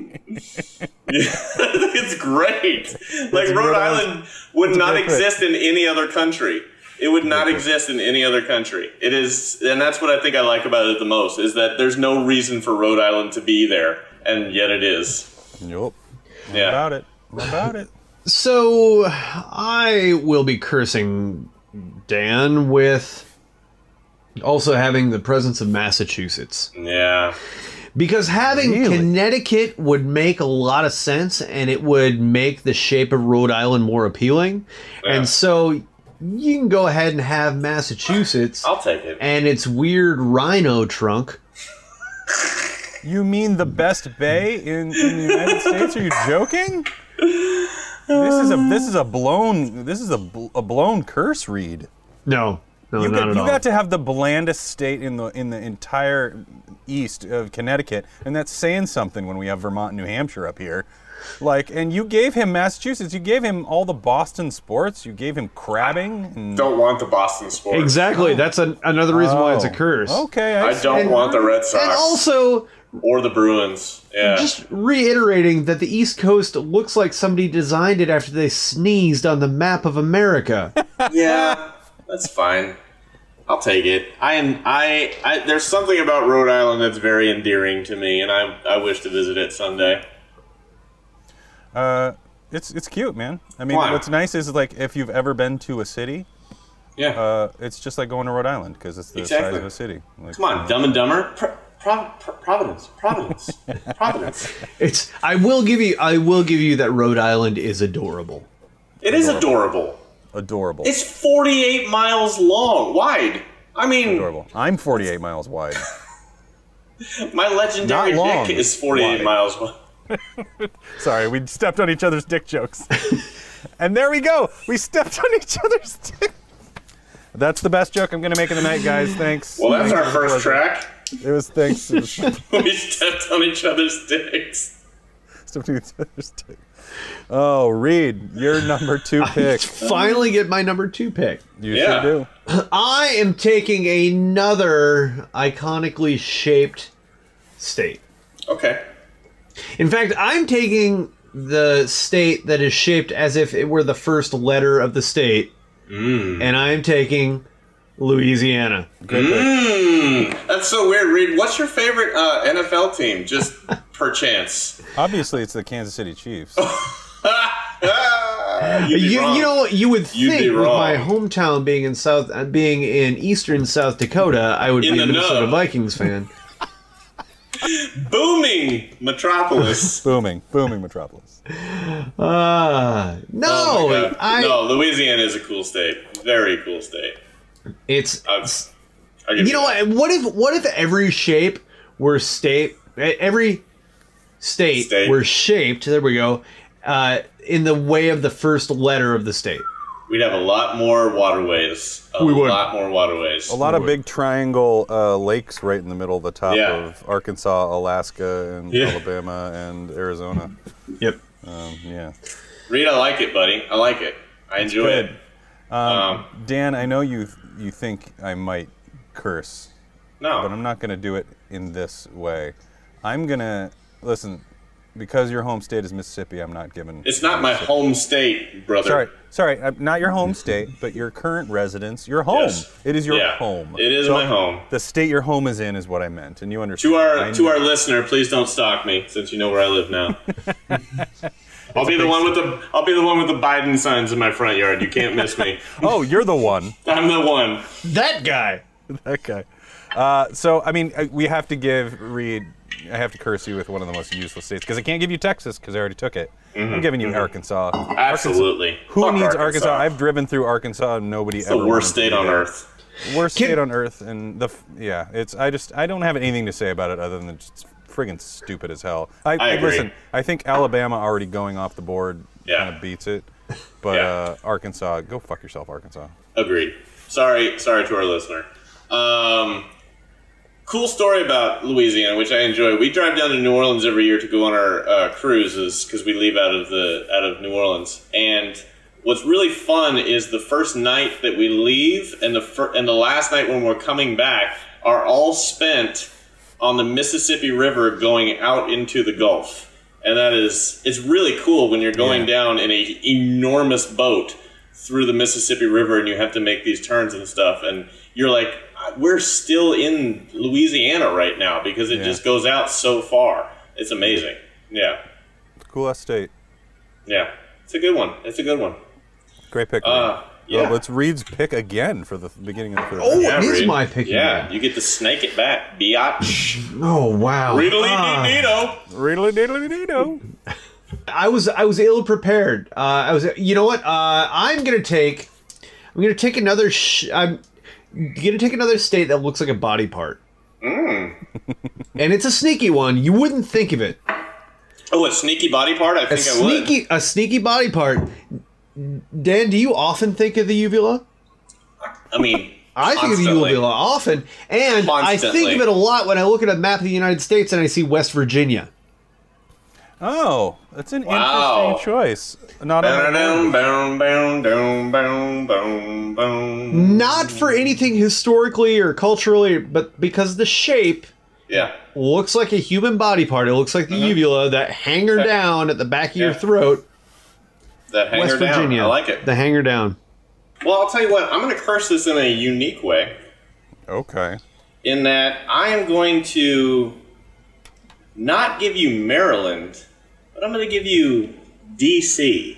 it's great. Like, Rhode, Rhode Island- Island, would not great pick. exist in any other country. It would not exist in any other country. It is, and that's what I think I like about it the most is that there's no reason for Rhode Island to be there, and yet it is. Yup. Yeah. About it. About it. So I will be cursing Dan with also having the presence of Massachusetts. Yeah. Because having Really? Connecticut would make a lot of sense and it would make the shape of Rhode Island more appealing. Yeah. And so you can go ahead and have Massachusetts I'll take it. and its weird rhino trunk. You mean the best bay in, in the United States? Are you joking? This is a this is a blown this is a, bl- a blown curse read. No. No, you not got, at you all. got to have the blandest state in the in the entire east of Connecticut, and that's saying something when we have Vermont and New Hampshire up here. Like, and you gave him Massachusetts. You gave him all the Boston sports. You gave him crabbing. And, Don't want the Boston sports. Exactly. That's an, another reason why it's a curse. Oh, Okay, I, Oh. I see. don't want the Red And Sox also, or the Bruins. Yeah. just reiterating that the East Coast looks like somebody designed it after they sneezed on the map of America. yeah, that's fine. I'll take it. I am. I, I. There's something about Rhode Island that's very endearing to me, and I. I wish to visit it someday. Uh, it's it's cute, man. I mean, Why? what's nice is like if you've ever been to a city, Yeah. uh, it's just like going to Rhode Island because it's the size Exactly. of a city. Like, Come on, Dumb and Dumber. Pro, Pro, Pro, Providence. Providence. Providence. it's. I will give you. I will give you that Rhode Island is adorable. It is adorable. adorable, It's 48 miles long, wide. I mean, adorable. I'm 48 miles wide. my legendary Not long, dick is 48 wide. miles wide. Sorry, we stepped on each other's dick jokes. and there we go. We stepped on each other's dick. That's the best joke I'm gonna make in the night, guys. Thanks. Well, that's our Thanks. first track. It was thanks. It was We stepped on each other's dicks. stepped on each other's dick. Oh, Reed, your number two pick. Finally, get my number two pick. You Yeah. sure do. I am taking another iconically shaped state. Okay. In fact, I'm taking the state that is shaped as if it were the first letter of the state, and I'm taking Louisiana. Mm, that's so weird, Reed. What's your favorite uh, NFL team? Just perchance. Obviously, it's the Kansas City Chiefs. Ah, you'd be you, wrong. you know, you would You'd be think with wrong. my hometown being in South, uh, being in Eastern South Dakota, I would In be a the Minnesota nub. Vikings fan. booming metropolis. booming, booming metropolis. Ah, no, Oh my God. I. no, Louisiana is a cool state. Very cool state. It's I've, I give you know what? What if what if every shape were state e, every state, State. were shaped? There we go. Uh, in the way of the first letter of the state. We'd have a lot more waterways. A We would. lot more waterways. A lot of big triangle uh, lakes right in the middle of the top Yeah. of Arkansas, Alaska, and Yeah. Alabama, and Arizona. Yep. Um, yeah. Reed, I like it, buddy. I like it. I enjoy it. good. Um, Um, Dan, I know you you think I might curse, No. but I'm not going to do it in this way. I'm going to listen because your home state is Mississippi. I'm not giving. it's not my home state, brother. Sorry, sorry, uh, not your home state, but your current residence, your home. Yes. It is your Yeah. home. It is my home. The state your home is in is what I meant, and you understand. To I our to know. our listener, please don't stalk me since you know where I live now. I'll be the one with the I'll be the one with the Biden signs in my front yard. You can't miss me. Oh, you're the one. I'm the one. That guy. okay. Uh, so, I mean, uh, we have to give Reed. I have to curse you with one of the most useless states because I can't give you Texas because I already took it. Mm-hmm. I'm giving you Arkansas. Absolutely. Who Fuck needs Arkansas? I've driven through Arkansas and nobody the ever. worst wanted to state be on there. earth. Worst state on earth, and the f- yeah, it's. I just I don't have anything to say about it other than it's friggin' stupid as hell. I, agree. listen. I think Alabama already going off the board Yeah. kind of beats it, but Yeah. uh, Arkansas, go fuck yourself, Arkansas. Agreed. Sorry, sorry to our listener. Um, cool story about Louisiana, which I enjoy. We drive down to New Orleans every year to go on our uh, cruises because we leave out of the out of New Orleans. And what's really fun is the first night that we leave and the fir- and the last night when we're coming back are all spent on the Mississippi River going out into the Gulf. And that is it's really cool when you're going down in a enormous boat through the Mississippi River and you have to make these turns and stuff and you're like we're still in Louisiana right now because it just goes out so far. It's amazing. Yeah. Cool ass state. Yeah. It's a good one. It's a good one. Great pick. Uh, Reed. yeah. Well, let's Reed's pick again for the th- beginning of the third. Oh, round. Yeah, it is Reed. my pick. Yeah, you get to snake it back, biatch. Oh wow. Riddly Ah. dee Reedly diddly dee do. I was I was ill prepared. Uh, I was. You know what? Uh, I'm gonna take. I'm gonna take another. Sh- I'm gonna take another state that looks like a body part. Hmm. and it's a sneaky one. You wouldn't think of it. Oh, a sneaky body part? I A think I would. sneaky, a sneaky body part. Dan, do you often think of the uvula? I mean, I think of the Constantly. Eulville often, and I think Constantly. of it a lot when I look at a map of the United States and I see West Virginia. Oh, that's an Wow. interesting choice. Not on my- Down, down, down, down, down, down, down. Not for anything historically or culturally, but because the shape Yeah. looks like a human body part. It looks like the uvula, that hanger down at the back of your Uh-huh. Yeah. throat. That hanger West down. Virginia. I like it. The hanger down. Well, I'll tell you what, I'm going to curse this in a unique way. Okay. in that I am going to not give you Maryland, but I'm going to give you DC.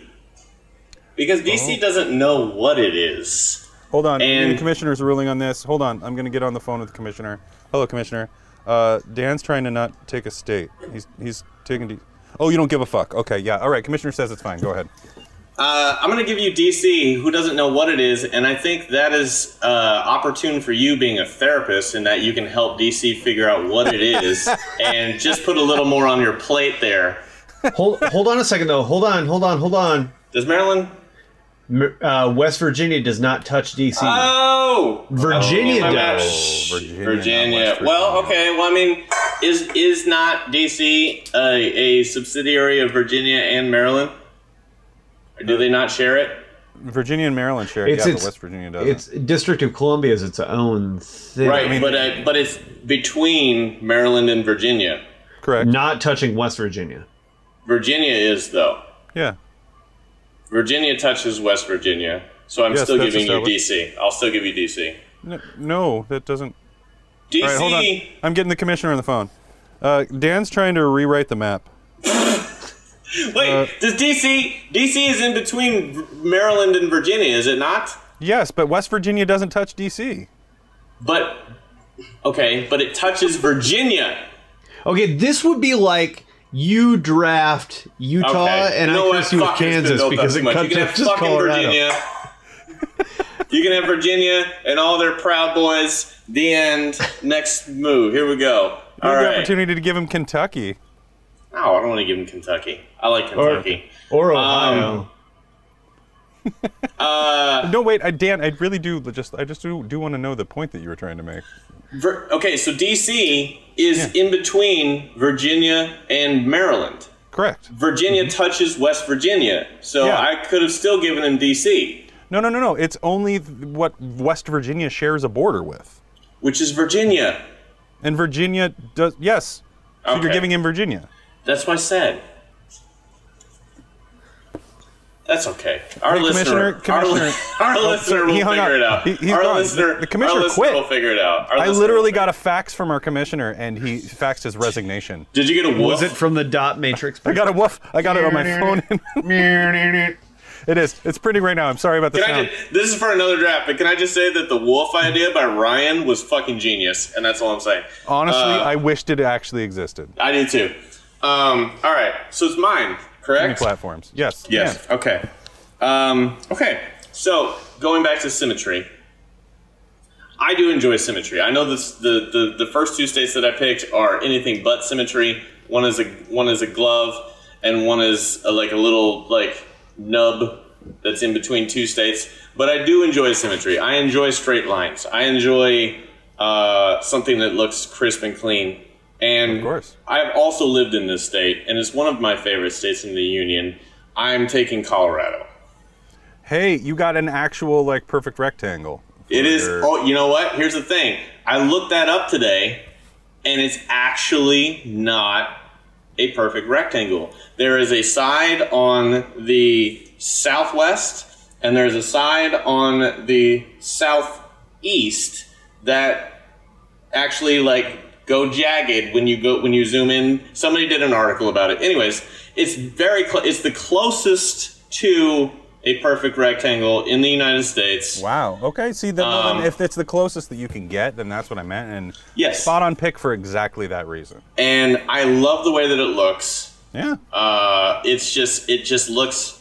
Because Oh. DC doesn't know what it is. Hold on. And- the commissioner's ruling on this. Hold on. I'm going to get on the phone with the commissioner. Hello, commissioner. Uh, Dan's trying to not take a state. He's he's taking. D- oh, you don't give a fuck. Okay, yeah. All right. Commissioner says it's fine. Go ahead. Uh, I'm going to give you DC, who doesn't know what it is, and I think that is uh, opportune for you being a therapist in that you can help DC figure out what it is and just put a little more on your plate there. hold, hold on a second, though. Hold on, hold on, hold on. Does Maryland? M- Uh, West Virginia does not touch DC. Oh! Virginia Oh, my bad. does. Virginia, not Virginia. West Well, Virginia. okay. Well, I mean, is is not DC a, a subsidiary of Virginia and Maryland? Or do they not share it? Virginia and Maryland share. it. It's- yeah, it's- but West Virginia doesn't. It's District of Columbia is its own thing. Right, mean- but uh, but it's between Maryland and Virginia. correct. Not touching West Virginia. Virginia is though. Yeah. Virginia touches West Virginia, so I'm Yes, still that's giving you established. DC. I'll still give you DC. N- No, that doesn't. DC. All right, hold on. I'm getting the commissioner on the phone. Uh, Dan's trying to rewrite the map. Wait, does DC DC is in between V- Maryland and Virginia? Is it not? Yes, but West Virginia doesn't touch D.C. But okay, but it touches Virginia. Okay, this would be like you draft Utah Okay. and know I what? curse you with Fuck, it's been Kansas built up because too it much. cut You can have just fucking Colorado. Virginia. you can have Virginia and all their Proud Boys. The end. Next move. Here we go. All the right. opportunity to give him Kentucky. Oh, I don't want to give him Kentucky. I like Kentucky. Or Ohio. No, wait, I, Dan, I really do just I just do, do want to know the point that you were trying to make. Vir- okay, so DC is in between Virginia and Maryland. Correct. Virginia touches West Virginia, so Mm-hmm. Yeah. I could have still given him DC, No, no, no, no. It's only th- what West Virginia shares a border with, which is Virginia. and Virginia does. Yes, so you're Okay. giving him Virginia. That's what I said. That's okay. Our Hey, Commissioner- listener, Commissioner- our, our Oh, listener sorry, will he figure hung up. it out. He- he's our gone. listener, The- the commissioner our listener quit. will figure it out. Our I listener literally will figure- got a fax from our commissioner, and he faxed his resignation. Did you get a Was woof? it from the dot matrix? I got a woof. I got it on my phone. it is. It's printing right now. I'm sorry about the Can I sound. just, this is for another draft, but can I just say that the wolf idea by Ryan was fucking genius, and that's all I'm saying. Honestly, Uh, I wished it actually existed. I do too. Um, all right, so it's mine, Many correct? platforms. Yes. Yes. Dan. Okay. Um, okay. So going back to symmetry, I do enjoy symmetry. I know this, the, the the first two states that I picked are anything but symmetry. One is a one is a glove, and one is a, like a little like nub that's in between two states. But I do enjoy symmetry. I enjoy straight lines. I enjoy uh, something that looks crisp and clean. And Of course. I've also lived in this state, and it's one of my favorite states in the union. I'm taking Colorado. Hey, you got an actual like perfect rectangle. It is. Or- Oh, you know what? Here's the thing. I looked that up today, and it's actually not a perfect rectangle. There is a side on the southwest, and there's a side on the southeast that actually like go jagged when you go when you zoom in. Somebody did an article about it. Anyways, it's very cl- it's the closest to a perfect rectangle in the United States. Wow. Okay. See, then, well, then Um, if it's the closest that you can get, then that's what I meant. And Yes. spot on pick for exactly that reason. and I love the way that it looks. Yeah. Uh, it's just it just looks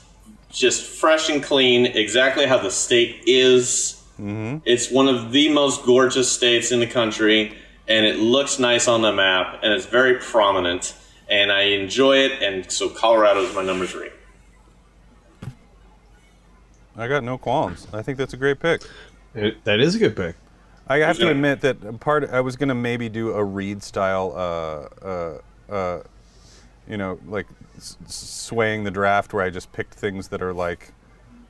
just fresh and clean, exactly how the state is. It's one of the most gorgeous states in the country, and it looks nice on the map, and it's very prominent, and I enjoy it. And so Colorado is my number three. I got no qualms. I think that's a great pick. that is a good pick. I have to Yeah. admit that part I was gonna maybe do a reed style, uh, uh, uh, you know, like s- s- swaying the draft where I just picked things that are like.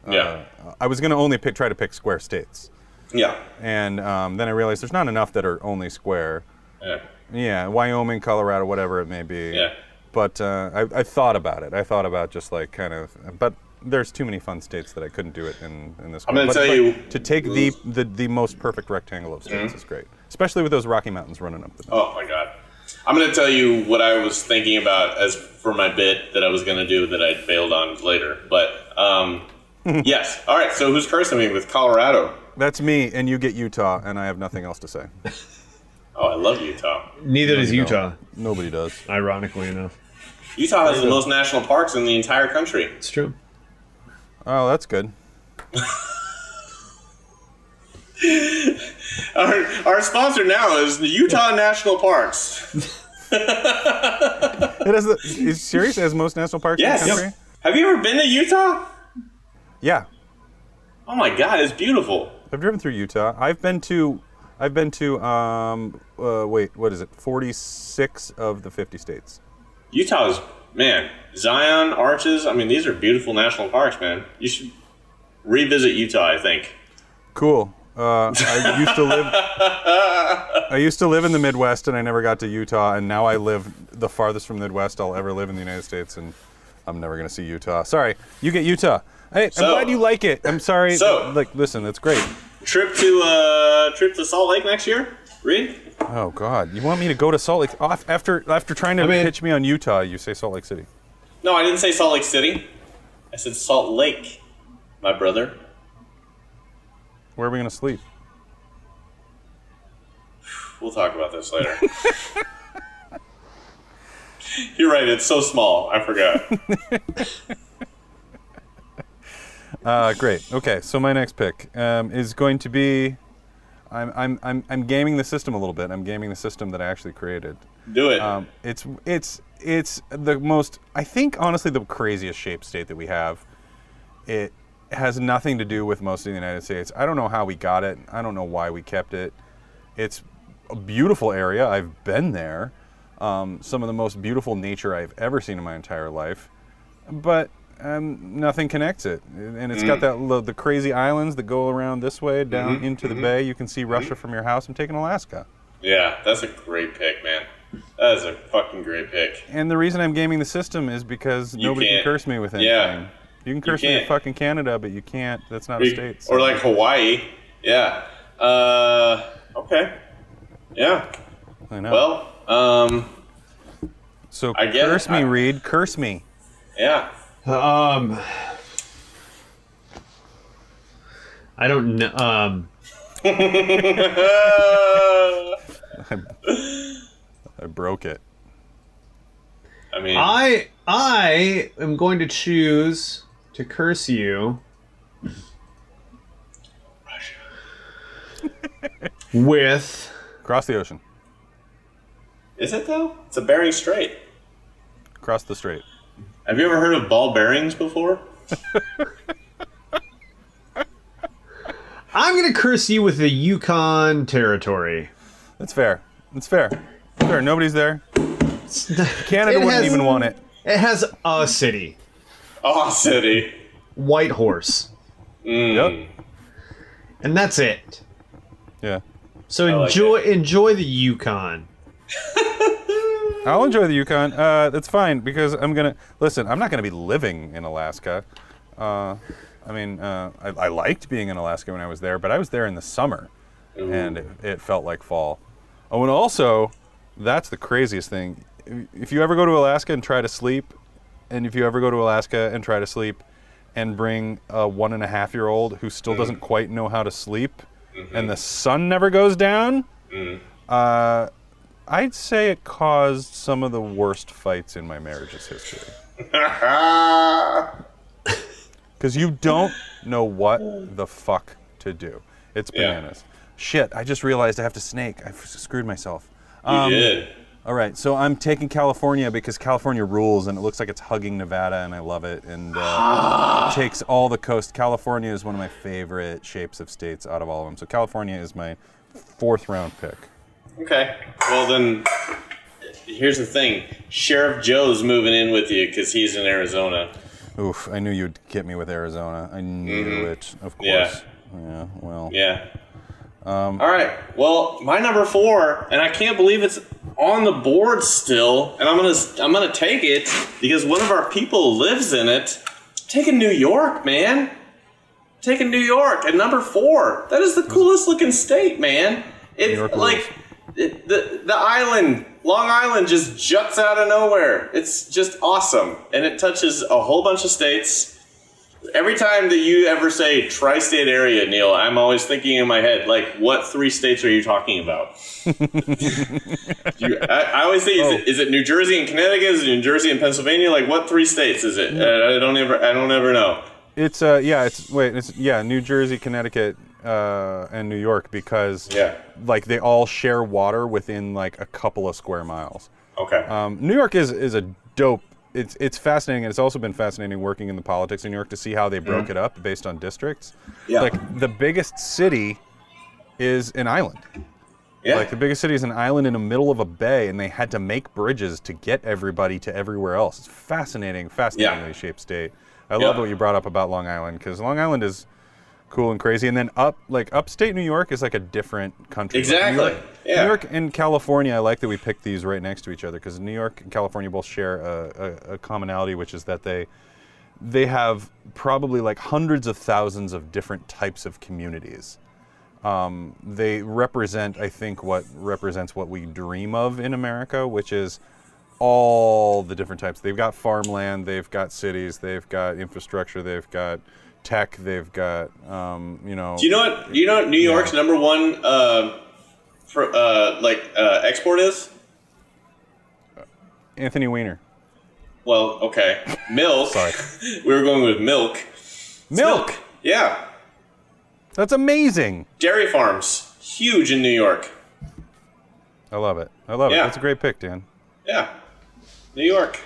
Yeah. uh, I was gonna only pick try to pick square states, Yeah. and um, then I realized there's not enough that are only square. Yeah. Yeah, Wyoming, Colorado, whatever it may be. Yeah. But uh, I, I thought about it. I thought about just like kind of, but there's too many fun states that I couldn't do it in, in this. I'm one. gonna But- tell but you- Mm-hmm. to take the, the the most perfect rectangle of states is great, especially with those Rocky Mountains running up the. Mountain. Oh my god. I'm gonna tell you what I was thinking about as for my bit that I was gonna do that I bailed on later. But um, yes. All right. So who's cursing me with Colorado? That's me, and you get Utah, and I have nothing else to say. Oh, I love Utah. Neither does You know, Utah, Nobody does. ironically enough. Utah has the most national parks in the entire country. It's true. Oh, that's good. Our, our sponsor now is the Utah National Parks. It has the is serious as most national parks Yes. in the country. Have you ever been to Utah? Yeah, Oh my god, it's beautiful. I've driven through Utah. I've been to, I've been to, um, uh, wait, what is it? Forty-six of the fifty states. Utah is man, Zion Arches. I mean, these are beautiful national parks, man. You should revisit Utah. I think. Cool. Uh, I used to live. I used to live in the Midwest, and I never got to Utah. And now I live the farthest from the Midwest I'll ever live in the United States, and I'm never gonna see Utah. Sorry, you get Utah. Hey, So- I'm glad you like it. I'm sorry. So- like, listen, that's great. Trip to uh, trip to Salt Lake next year. Reed, Oh God, you want me to go to Salt Lake off after after trying to I mean- pitch me on Utah? You say Salt Lake City. no, I didn't say Salt Lake City. I said Salt Lake, my brother. Where are we gonna sleep? We'll talk about this later. You're right. It's so small. I forgot. Uh, great. Okay, so my next pick um, is going to be. I'm, I'm, I'm, I'm gaming the system a little bit. I'm gaming the system that I actually created. Do it. Um, it's it's it's the most I think honestly the craziest shape state that we have. It has nothing to do with most of the United States. I don't know how we got it. I don't know why we kept it. It's a beautiful area. I've been there. Um, some of the most beautiful nature I've ever seen in my entire life. But um, nothing connects it, and it's got that lo- the crazy islands that go around this way down into the bay. You can see Russia from your house. I'm taking Alaska. yeah, that's a great pick, man. That is a fucking great pick. And the reason I'm gaming the system is because nobody can can't. curse me with anything. Yeah. You can curse me can't. at fucking Canada, but you can't. That's not a state. so- Or like Hawaii. Yeah. Uh, okay. Yeah. I know. Well, um, so I get it. curse me, I- Reed. Curse me. yeah. Um, I don't know. Um, Uh, I broke it. I mean, I I am going to choose to curse you. With Cross the ocean. is it though? It's a Bering Strait. Cross the strait. Have you ever heard of ball bearings before? I'm going to curse you with the Yukon territory. That's fair. That's fair. Fair. Nobody's there. Canada It wouldn't has- even want it. It has a city, Oh, city. White Horse, Hmm. Yep. and that's it. Yeah. So like enjoy enjoy the Yukon. I'll enjoy the Yukon. Uh, that's fine because I'm gonna listen. I'm not gonna be living in Alaska. Uh, I mean, uh, I, I liked being in Alaska when I was there, but I was there in the summer, and it, it felt like fall. Oh, and also, that's the craziest thing. If- If you ever go to Alaska and try to sleep, and if you ever go to Alaska and try to sleep, and bring a one and a half year old who still doesn't quite know how to sleep, and the sun never goes down. I'd say it caused some of the worst fights in my marriage's history. Because you don't know what the fuck to do. It's Yeah. bananas. Shit, I just realized I have to snake. I f- screwed myself. You Um, did. All right, so I'm taking California because California rules and it looks like it's hugging Nevada and I love it. And uh, takes all the coast. California is one of my favorite shapes of states out of all of them. So California is my fourth round pick. Okay. Well, then, here's the thing Sheriff Joe's moving in with you because he's in Arizona. Oof, I knew you'd get me with Arizona. I knew it, of course. Mm-hmm. Yeah. Yeah, well. Yeah. All right. Well, my number four, and I can't believe it's on the board still. And I'm gonna I'm gonna take it because one of our people lives in it. Taking New York, man. Taking New York at number four. That is the coolest looking state, man. It's York like it, the the island, Long Island, just juts out of nowhere. It's just awesome, and it touches a whole bunch of states. Every time that you ever say tri-state area, Neil, I'm always thinking in my head, like, what three states are you talking about? you, I, I always think, is, it, is it New Jersey and Connecticut? Is it New Jersey and Pennsylvania? Like, what three states is it? I, I don't ever, I don't ever know. It's uh yeah, it's wait, it's yeah, New Jersey, Connecticut, uh and New York because Yeah. like they all share water within like a couple of square miles. Okay. Um, New York is is a dope. It's it's fascinating, and it's also been fascinating working in the politics in New York to see how they broke it up based on districts. Mm-hmm. Yeah. Like the biggest city is an island. yeah. Like the biggest city is an island in the middle of a bay, and they had to make bridges to get everybody to everywhere else. It's fascinating, fascinatingly shaped state. I love Yeah. what you brought up about Long Island because Long Island is cool and crazy, and then up like upstate New York is like a different country. Like, New Exactly. York- Yeah. New York and California. I like that we picked these right next to each other because New York and California both share a, a, a commonality, which is that they they have probably like hundreds of thousands of different types of communities they represent, I think, what represents what we dream of in America, which is all the different types. They've got farmland, they've got cities, they've got infrastructure, they've got tech, they've got, um, you know, Do you know what? Do you know what New York's number one, uh, pro, uh, like uh, export is? Anthony Weiner. Well, okay, milk. Sorry. we were going with milk. Milk! Yeah, That's amazing. dairy farms, huge in New York. I love it. I love it. Yeah. That's a great pick, Dan. Yeah, New York.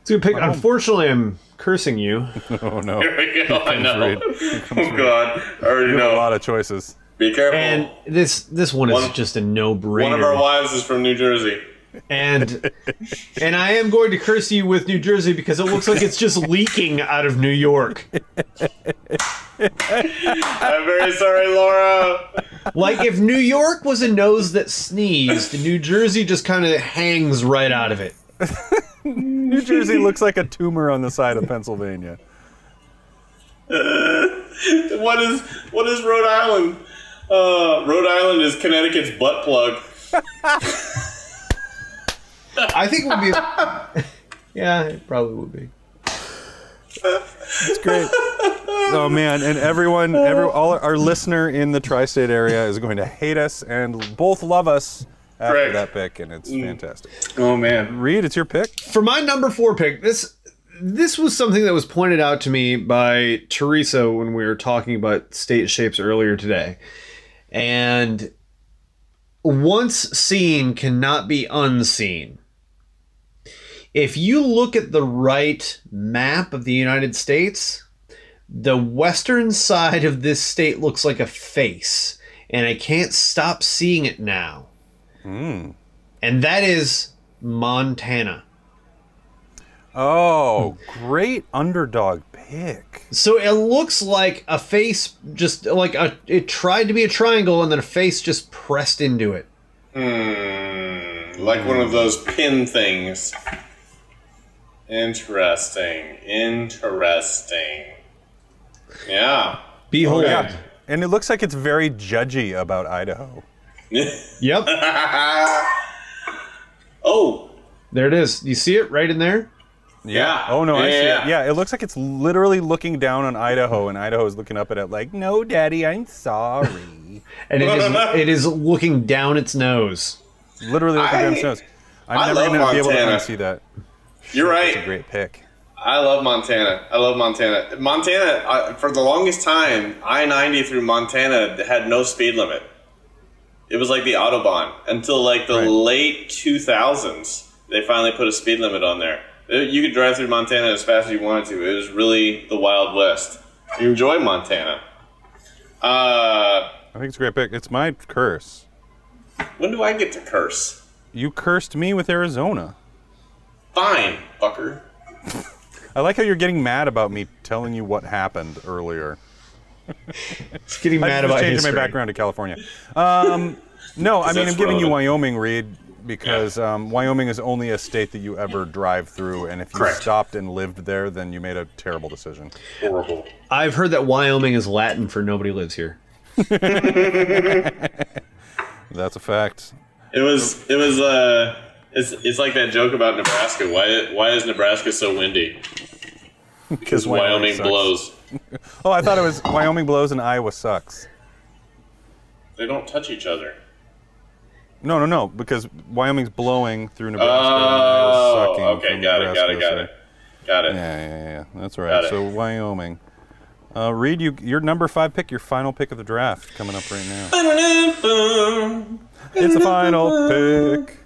It's a good pick. Unfortunately, I'm cursing you. Oh, no. There we go. I know. Reed. Oh God, I already You have a know. lot of choices. Be careful. And this this one is One- just a no One of our brainer. wives is from New Jersey. And and I am going to curse you with New Jersey because it looks like it's just leaking out of New York. I'm very sorry, Laura. Like if New York was a nose that sneezed, New Jersey just kind of hangs right out of it. New Jersey looks like a tumor on the side of Pennsylvania. What is what is Rhode Island? Uh, Rhode Island is Connecticut's butt plug. I think it would be. yeah, it probably would be. It's great. Oh man, and everyone, every all our, our listener in the tri-state area is going to hate us and both love us after Correct. that pick, and it's fantastic. Oh man. Reed, it's your pick. For my number four pick, this this was something that was pointed out to me by Teresa when we were talking about state shapes earlier today, and once seen cannot be unseen. If you look at the right map of the United States, the western side of this state looks like a face, and I can't stop seeing it now. And that is Montana. Oh, great underdog pick. So it looks like a face just like a it tried to be a triangle and then a face just pressed into it. Like Hmm. one of those pin things. Interesting. Interesting. Yeah. Behold. Yeah, and it looks like it's very judgy about Idaho. Yep. Oh. There it is. You see it right in there? Yeah. Oh no, I see Yeah. it. Yeah, it looks like it's literally looking down on Idaho, and Idaho is looking up at it like, "No, Daddy, I'm sorry." And it is it is looking down its nose. literally looking down I- its nose. I'm I never love gonna be able to Montana. unsee that. You're It's a right. great pick. I love Montana. I love Montana. Montana, I, for the longest time, I 90 through Montana had no speed limit. It was like the Autobahn until like the Right. late 2000s. They finally put a speed limit on there. It- you could drive through Montana as fast as you wanted to. It was really the Wild West. You enjoy Montana. Uh, I think it's a great pick. It's my curse. When do I get to curse? You cursed me with Arizona. Fine, fucker. I like how you're getting mad about me telling you what happened earlier. It's getting I mad just about changing history. my background to California. Um, no, I mean that's I'm giving you relevant. Wyoming, Reed, because um, Wyoming is only a state that you ever drive through, and if you Correct. stopped and lived there, then you made a terrible decision. Horrible. I've heard that Wyoming is Latin for nobody lives here. That's a fact. It was. It was. Uh, it's. It's like that joke about Nebraska. Why? Why is Nebraska so windy? Because Wyoming, sucks. blows. Oh, I thought it was Wyoming blows and Iowa sucks. They don't touch each other. No, no, no, because Wyoming's blowing through Nebraska. and Iowa's Oh. sucking Okay. from Got it. Got Nebraska, it. Got so- it. Got it. Yeah, yeah, yeah. That's right. Got it. So Wyoming. Uh, Reed, you your number five pick, your final pick of the draft, coming up right now. Boom. It's the final pick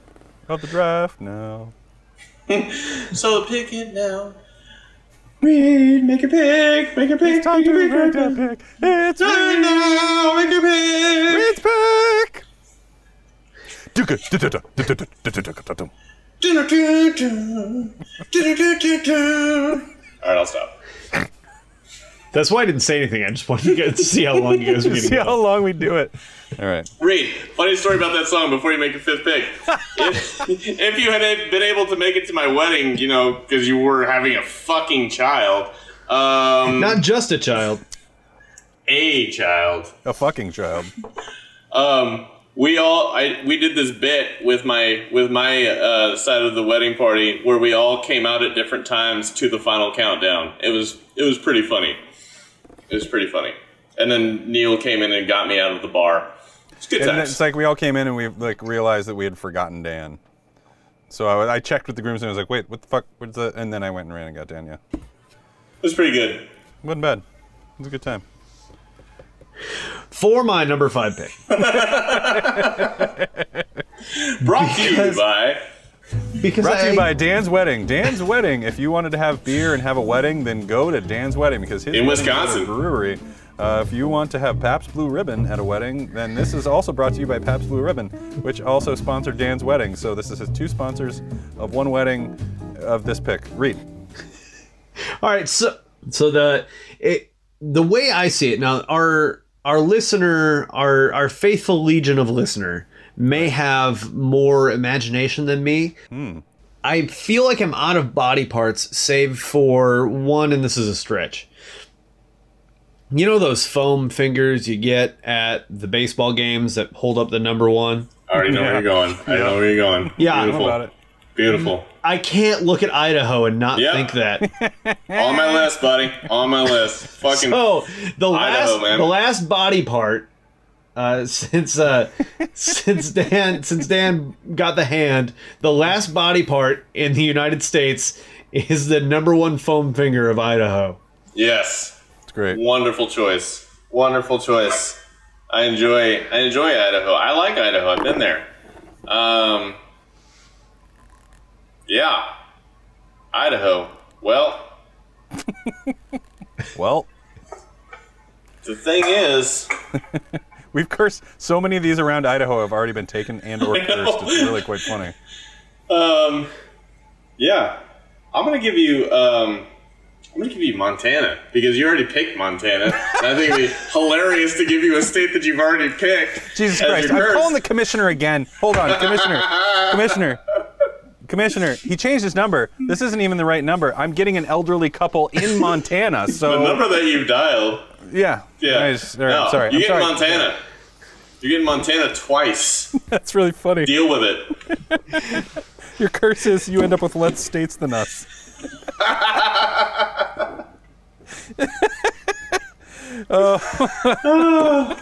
of the draft now. So pick it now. Read, make a pick, make a pick, It's time make to a pick, make right now. that pick. It's Right Reed. now, make a Reed's pick. pick. Duka-duka-duka-duka-duka-duka-duka-duka. Do-do-do-do. Do-do-do-do-do. All right, I'll stop. That's why I didn't say anything. I just wanted you guys to see how long you guys were See how long we do it. All right. Reed, funny story about that song before you make your fifth pick. If, if you had been able to make it to my wedding, you know, because you were having a fucking child, um, Not just a child. a child, A fucking child. um, we all I, we did this bit with my with my uh, side of the wedding party where we all came out at different times to the final countdown. It was it was pretty funny. It was pretty funny. And then Neil came in and got me out of the bar. It's good And times. it's like we all came in and we like realized that we had forgotten Dan. So I, I checked with the groomsmen. I was like, "Wait, what the fuck? What's the?" And then I went and ran and got Dan. Yeah, it was pretty good. wasn't bad. It was a good time. For my number five pick. Brought to you by. Because Brought to you I- by Dan's Wedding. Dan's Wedding. If you wanted to have beer and have a wedding, then go to Dan's Wedding because his In wedding Wisconsin. is at a brewery. Uh, if you want to have Pabst Blue Ribbon at a wedding, then this is also brought to you by Pabst Blue Ribbon, which also sponsored Dan's wedding. So this is his two sponsors of one wedding of this pick. Read. All right, so so the it the way I see it now, our our listener, our our faithful legion of listener may have more imagination than me. I feel like I'm out of body parts, save for one, and this is a stretch. You know those foam fingers you get at the baseball games that hold up the number one? I already know where you're going. I know where you're going. Yeah, I know beautiful. About it. Beautiful. I can't look at Idaho and not Yeah. think that. On my list, buddy. On my list. Fucking. Oh, the Idaho, last man. the last body part uh, since uh, since Dan since Dan got the hand, the last body part in the United States is the number one foam finger of Idaho. Yes. It's great. Wonderful choice. Wonderful choice. I enjoy. I enjoy Idaho. I like Idaho. I've been there. Um. Yeah. Idaho. Well, Well, the thing is, we've cursed so many of these around Idaho have already been taken and or I know. cursed. It's really quite funny. um, yeah, I'm gonna give you. Um, I'm gonna give you Montana because you already picked Montana. and I think it'd be hilarious to give you a state that you've already picked. Jesus as Christ. your I'm curse. calling the commissioner again. Hold on, commissioner. commissioner. Commissioner, he changed his number. This isn't even the right number. I'm getting an elderly couple in Montana. the So number that you've dialed. yeah, Yeah. I just- all right, no, I'm sorry. You I'm get sorry. Montana. You get Montana twice. That's really funny. Deal with it. Your curse is you end up with less states than us. oh.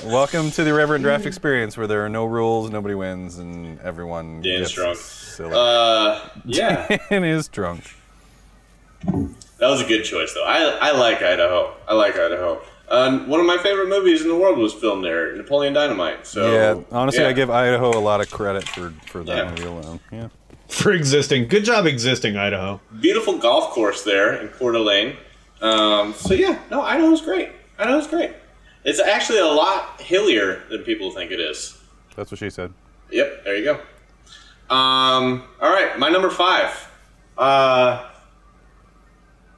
Welcome to the Reverend Draft Experience, where there are no rules, nobody wins, and everyone Dan is gets drunk. silly Uh, yeah, and is drunk. that was a good choice though. I, I like Idaho. I like Idaho. Um, one of my favorite movies in the world was filmed there, Napoleon Dynamite. So Yeah, honestly, yeah. I give Idaho a lot of credit for for that Yeah. movie alone. Yeah, For existing, good job existing Idaho. beautiful golf course there in Coeur d'Alene. Um, so yeah, no, Idaho's great. Idaho's great. It's actually a lot hillier than people think it is. That's what she said. Yep, there you go. Um, all right, my number five. Uh,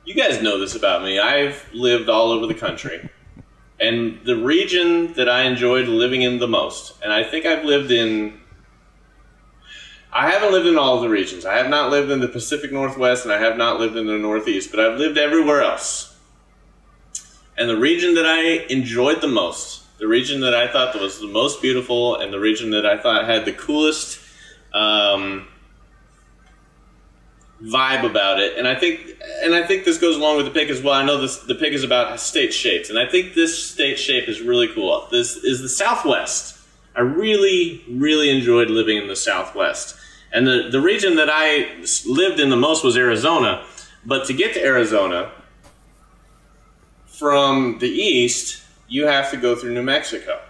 you guys know this about me. I've lived all over the country. And the region that I enjoyed living in the most, and I think I've lived in. I haven't lived in all of the regions. I have not lived in the Pacific Northwest, and I have not lived in the Northeast, but I've lived everywhere else. And the region that I enjoyed the most, the region that I thought was the most beautiful, and the region that I thought had the coolest um, vibe about it. And I think, and I think this goes along with the pick as well. I know this, the pick is about state shapes, and I think this state shape is really cool. This is the Southwest. I really, really enjoyed living in the Southwest, and the the region that I s- lived in the most was Arizona. But to get to Arizona from the east, you have to go through New Mexico.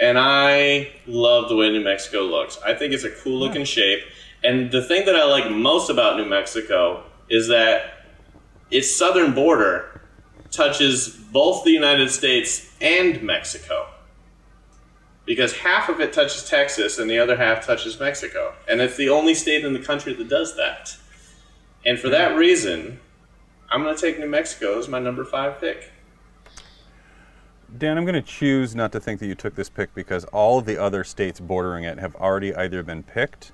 And I love the way New Mexico looks. I think it's a cool looking shape. And the thing that I like most about New Mexico is that its southern border touches both the United States and Mexico. Because half of it touches Texas and the other half touches Mexico. And it's the only state in the country that does that. And for that reason, I'm going to take New Mexico as my number five pick. Dan, I'm going to choose not to think that you took this pick because all of the other states bordering it have already either been picked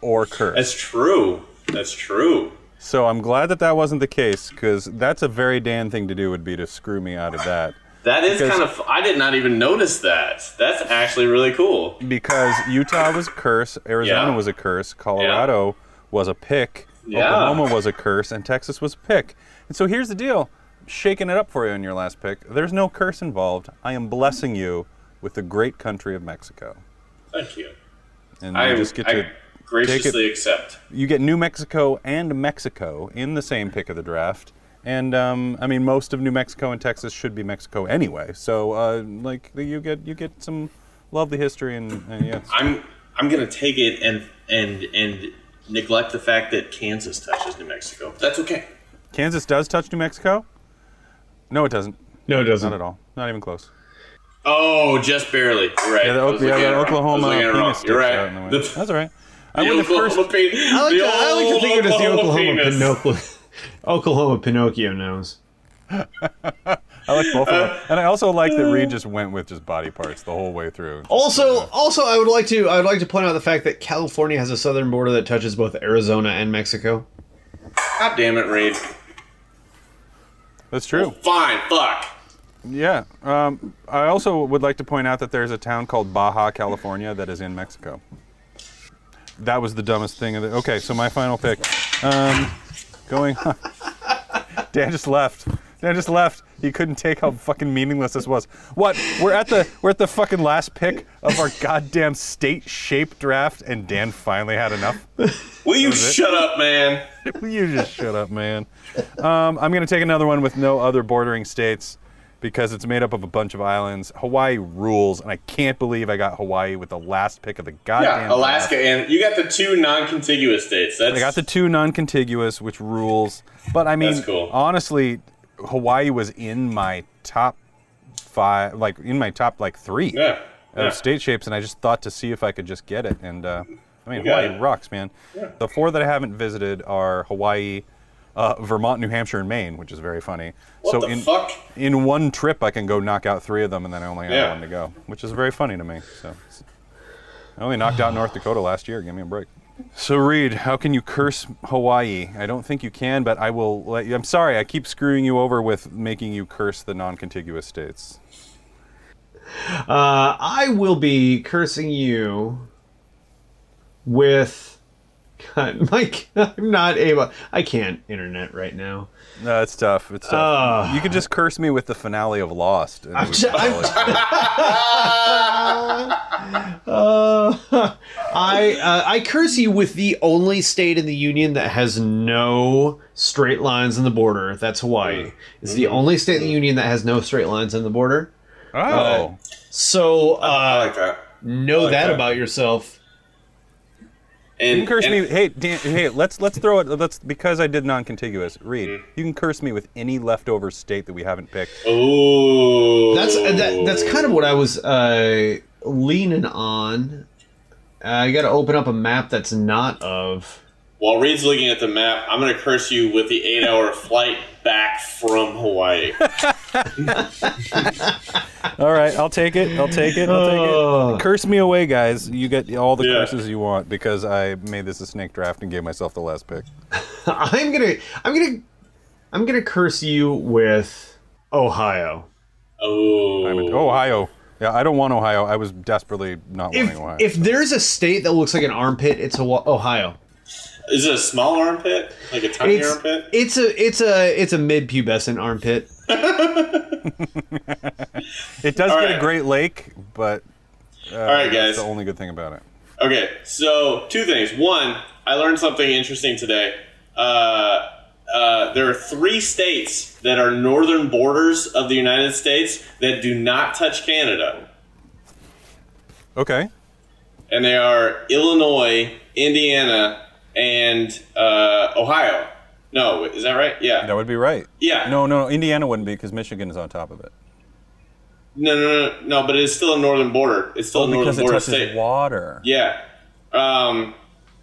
or cursed. That's true. That's true. So I'm glad that that wasn't the case because that's a very Dan thing to do would be to screw me out of that That is Because- kind of. I did not even notice that. That's actually really cool. because Utah was a curse, Arizona Yeah. was a curse, Colorado was a pick, Yeah. Oklahoma was a curse, and Texas was a pick. And so here's the deal, shaking it up for you in your last pick. There's no curse involved. I am blessing you with the great country of Mexico, Thank you. and I you just get I to graciously accept. you get New Mexico and Mexico in the same pick of the draft. And um, I mean, most of New Mexico and Texas should be Mexico anyway. So, uh, like, you get you get some lovely history and, and yeah. I'm. I'm gonna take it and and and neglect the fact that Kansas touches New Mexico. That's okay. Kansas does touch New Mexico. No, it doesn't. No, it doesn't. Not at all. Not even close. Oh, just barely. You're right. Yeah, the, I O- was yeah, looking the at it wrong. I was Oklahoma looking at it penis wrong. sticks You're out in the way. right. The- That's all right. I The wouldn't have Oklahoma cursed. penis. I like, the to, I like to think of it as the Oklahoma penis. Pinocchio. Oklahoma Pinocchio nose. I like both of them, and I also like that Reed just went with just body parts the whole way through. Also, also, I would like to, I would like to point out the fact that California has a southern border that touches both Arizona and Mexico. God damn it, Reed. That's true. Fine. Fuck. Yeah. Um, I also would like to point out that there's a town called Baja California that is in Mexico. That was the dumbest thing of the. Okay, so my final pick. Um, going on. Dan just left. Dan just left. He couldn't take how fucking meaningless this was. What? We're at the we're at the fucking last pick of our goddamn state shape draft, and Dan finally had enough. Will you shut up, man? Will you just shut up, man? Um, I'm going to take another one with no other bordering states because it's made up of a bunch of islands. Hawaii rules, and I can't believe I got Hawaii with the last pick of the goddamn. Yeah, draft. Alaska, and you got the two non-contiguous states. That's I got the two non-contiguous, which rules. But I mean, That's cool. honestly, Hawaii was in my top five, like in my top like three yeah, of yeah. state shapes, and I just thought to see if I could just get it. And uh, I mean, You got Hawaii it. rocks, man. The four that I haven't visited are Hawaii, uh, Vermont, New Hampshire, and Maine, which is very funny. What so the in fuck? in one trip, I can go knock out three of them, and then I only have Yeah. one to go, which is very funny to me. So I only knocked out North Dakota last year. Give me a break. So Reed, how can you curse Hawaii? I don't think you can, but I will let you. I'm sorry, I keep screwing you over with making you curse the non-contiguous states. Uh, I will be cursing you with. God, Mike, I'm not able. I can't internet right now. No, it's tough. It's tough. you could just curse me with the finale of Lost. and it would I'm- probably- Uh, I uh, I curse you with the only state in the union that has no straight lines in the border. That's Hawaii. It's the only state in the union that has no straight lines in the border. oh, So I uh, like that. know that that. about yourself. And, You can curse and- me. Hey, Dan, hey, let's let's throw it. Let's because I did non-contiguous. Read. Mm-hmm. You can curse me with any leftover state that we haven't picked. Oh. Ooh. That's uh, that, that's kind of what I was uh, leaning on. Uh, I got to open up a map that's not of. While Reed's looking at the map, I'm going to curse you with the eight hour flight back from Hawaii. All right, I'll take it. I'll take it. I'll take Ugh. it. Curse me away, guys. You get all the Ah. Yeah. curses you want because I made this a snake draft and gave myself the last pick. I'm gonna I'm gonna I'm gonna curse you with Ohio. Oh. I'm in Ohio. Yeah, I don't want Ohio. I was desperately not If wanting Ohio. if there's a state that looks like an armpit, it's Hawa- Ohio. Is it a small armpit? Like a tiny It's armpit? it's a it's a it's a mid pubescent armpit. it does get a right. Great Lake, but uh, all right, guys. That's the only good thing about it. Okay, so two things. One, I learned something interesting today. Uh, uh, there are three states that are northern borders of the United States that do not touch Canada, Okay. and they are Illinois, Indiana, and uh, Ohio. No, is that right? Yeah. That would be right. Yeah. No, no, Indiana wouldn't be because Michigan is on top of it. No, no, no, no. But it's still a northern border. It's still a northern Because it border touches state. water. Yeah. Um,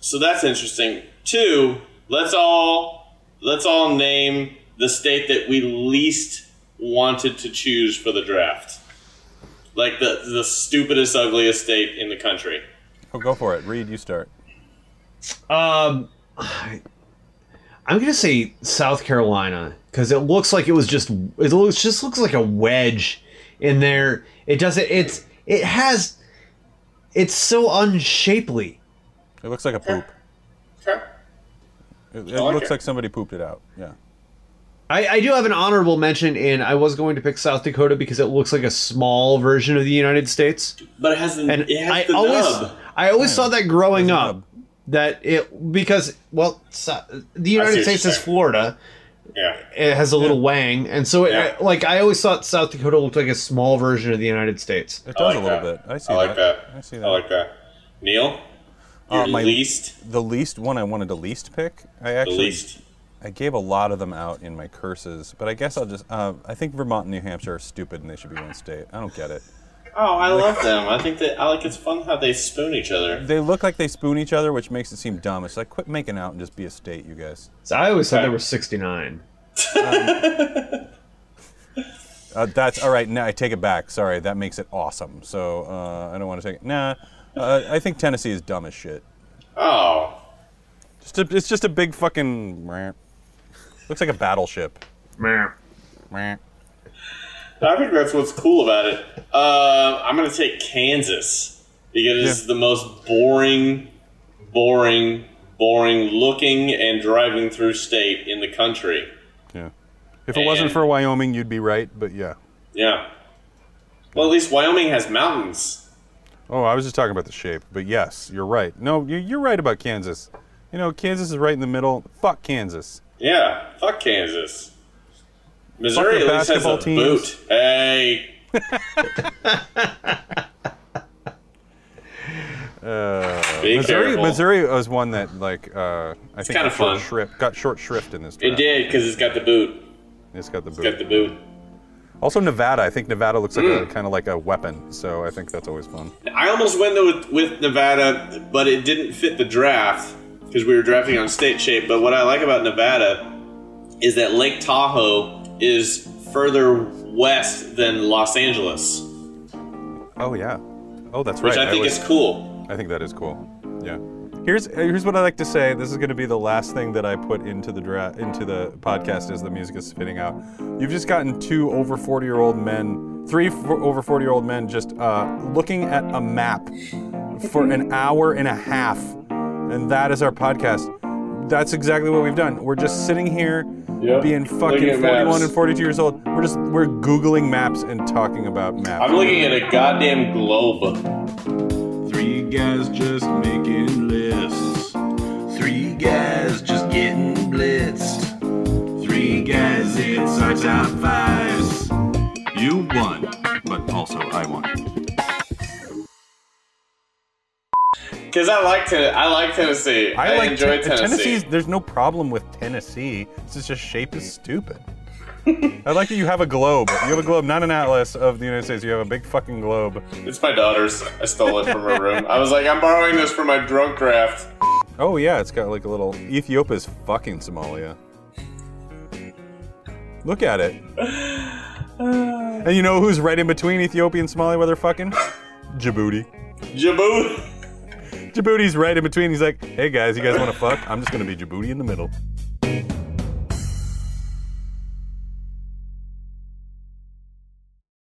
so that's interesting. Two, let's all let's all name the state that we least wanted to choose for the draft. Like the the stupidest, ugliest state in the country. Oh, go for it. Reed, you start. Um, I- I'm gonna say South Carolina because it looks like it was just it looks just looks like a wedge in there. It doesn't. It's it has. It's so unshapely. It looks like a poop. Okay. It, it like looks it. like somebody pooped it out. Yeah. I, I do have an honorable mention, and I was going to pick South Dakota because it looks like a small version of the United States. But it has the And it has I the always, nub. I always saw that growing There's a up, nub. that it because well, so, the United you're States is saying. Florida. Yeah. It has a little wang, and so it, Yeah. like I always thought South Dakota looked like a small version of the United States. It I does like a little that. bit. I see I like that. I see I like that. Neil, your Uh, my- least the least one I wanted to least pick. I the actually least. I gave a lot of them out in my curses, but I guess I'll just. Uh, I think Vermont and New Hampshire are stupid and they should be one state. I don't get it. Oh, I love them. I think that I like it's fun how they spoon each other. They look like they spoon each other, which makes it seem dumb. It's like quit making out and just be a state, you guys. So I always thought Okay. there were sixty nine. Uh, that's all right. Now I take it back. Sorry, that makes it awesome. So uh, I don't want to take it. Nah, uh, I think Tennessee is dumb as shit. Oh. Just a, it's just a big fucking. meh. Looks like a battleship. Meh. I think that's what's cool about it. Uh, I'm going to take Kansas because it's the most boring, boring, boring looking and driving through state in the country. Yeah. If it wasn't And- for Wyoming, you'd be right. But yeah. Yeah. Well, at least Wyoming has mountains. Oh, I was just talking about the shape, but yes, you're right. No, you- you're right about Kansas. You know, Kansas is right in the middle. Fuck Kansas. Yeah. Fuck Kansas. Missouri their at least has a basketball teams. boot. Hey. Be Uh, Missouri, careful. Missouri was one that like uh, I think kinda got short fun. shrift got short shrift in this. It Draft. did because it's got the boot. It's got the boot. It's got the boot. Also, Nevada. I think Nevada looks like a Mm. kind of like a weapon. So I think that's always fun. I almost went with, with Nevada, but it didn't fit the draft because we were drafting on state shape. But what I like about Nevada is that Lake Tahoe is further west than Los Angeles, Oh yeah. Oh, that's which right. I think was- is cool. I think that is cool. Yeah. Here's here's what I like to say. This is going to be the last thing that I put into the dra- into the podcast as the music is spinning out. You've just gotten two over 40 year old men, three f- over 40 year old men, just uh, looking at a map for an hour and a half, and that is our podcast. That's exactly what we've done. We're just sitting here, Yep. being Looking at fucking 41 maps. and 42 years old. We're just we're googling maps and talking about maps. I'm looking at a goddamn globe. Three guys just making lists. Three guys just getting blitzed. Three guys, it's our top fives. You won, but also I won. because I like Ten- I like Tennessee. I, like enjoy Ten- Tennessee. Tennessee's. There's no problem with Tennessee. It's just just shape is stupid. I like that you have a globe. You have a globe, not an atlas of the United States. You have a big fucking globe. It's my daughter's. I stole it from her room. I was like, I'm borrowing this for my drunk draft. Oh yeah, it's got like a little Ethiopia's fucking Somalia. Look at it. And you know who's right in between Ethiopia and Somalia where they're fucking? Djibouti. Djibouti. Djibouti's right in between. He's like, hey guys, you guys want to fuck? I'm just gonna be Djibouti in the middle.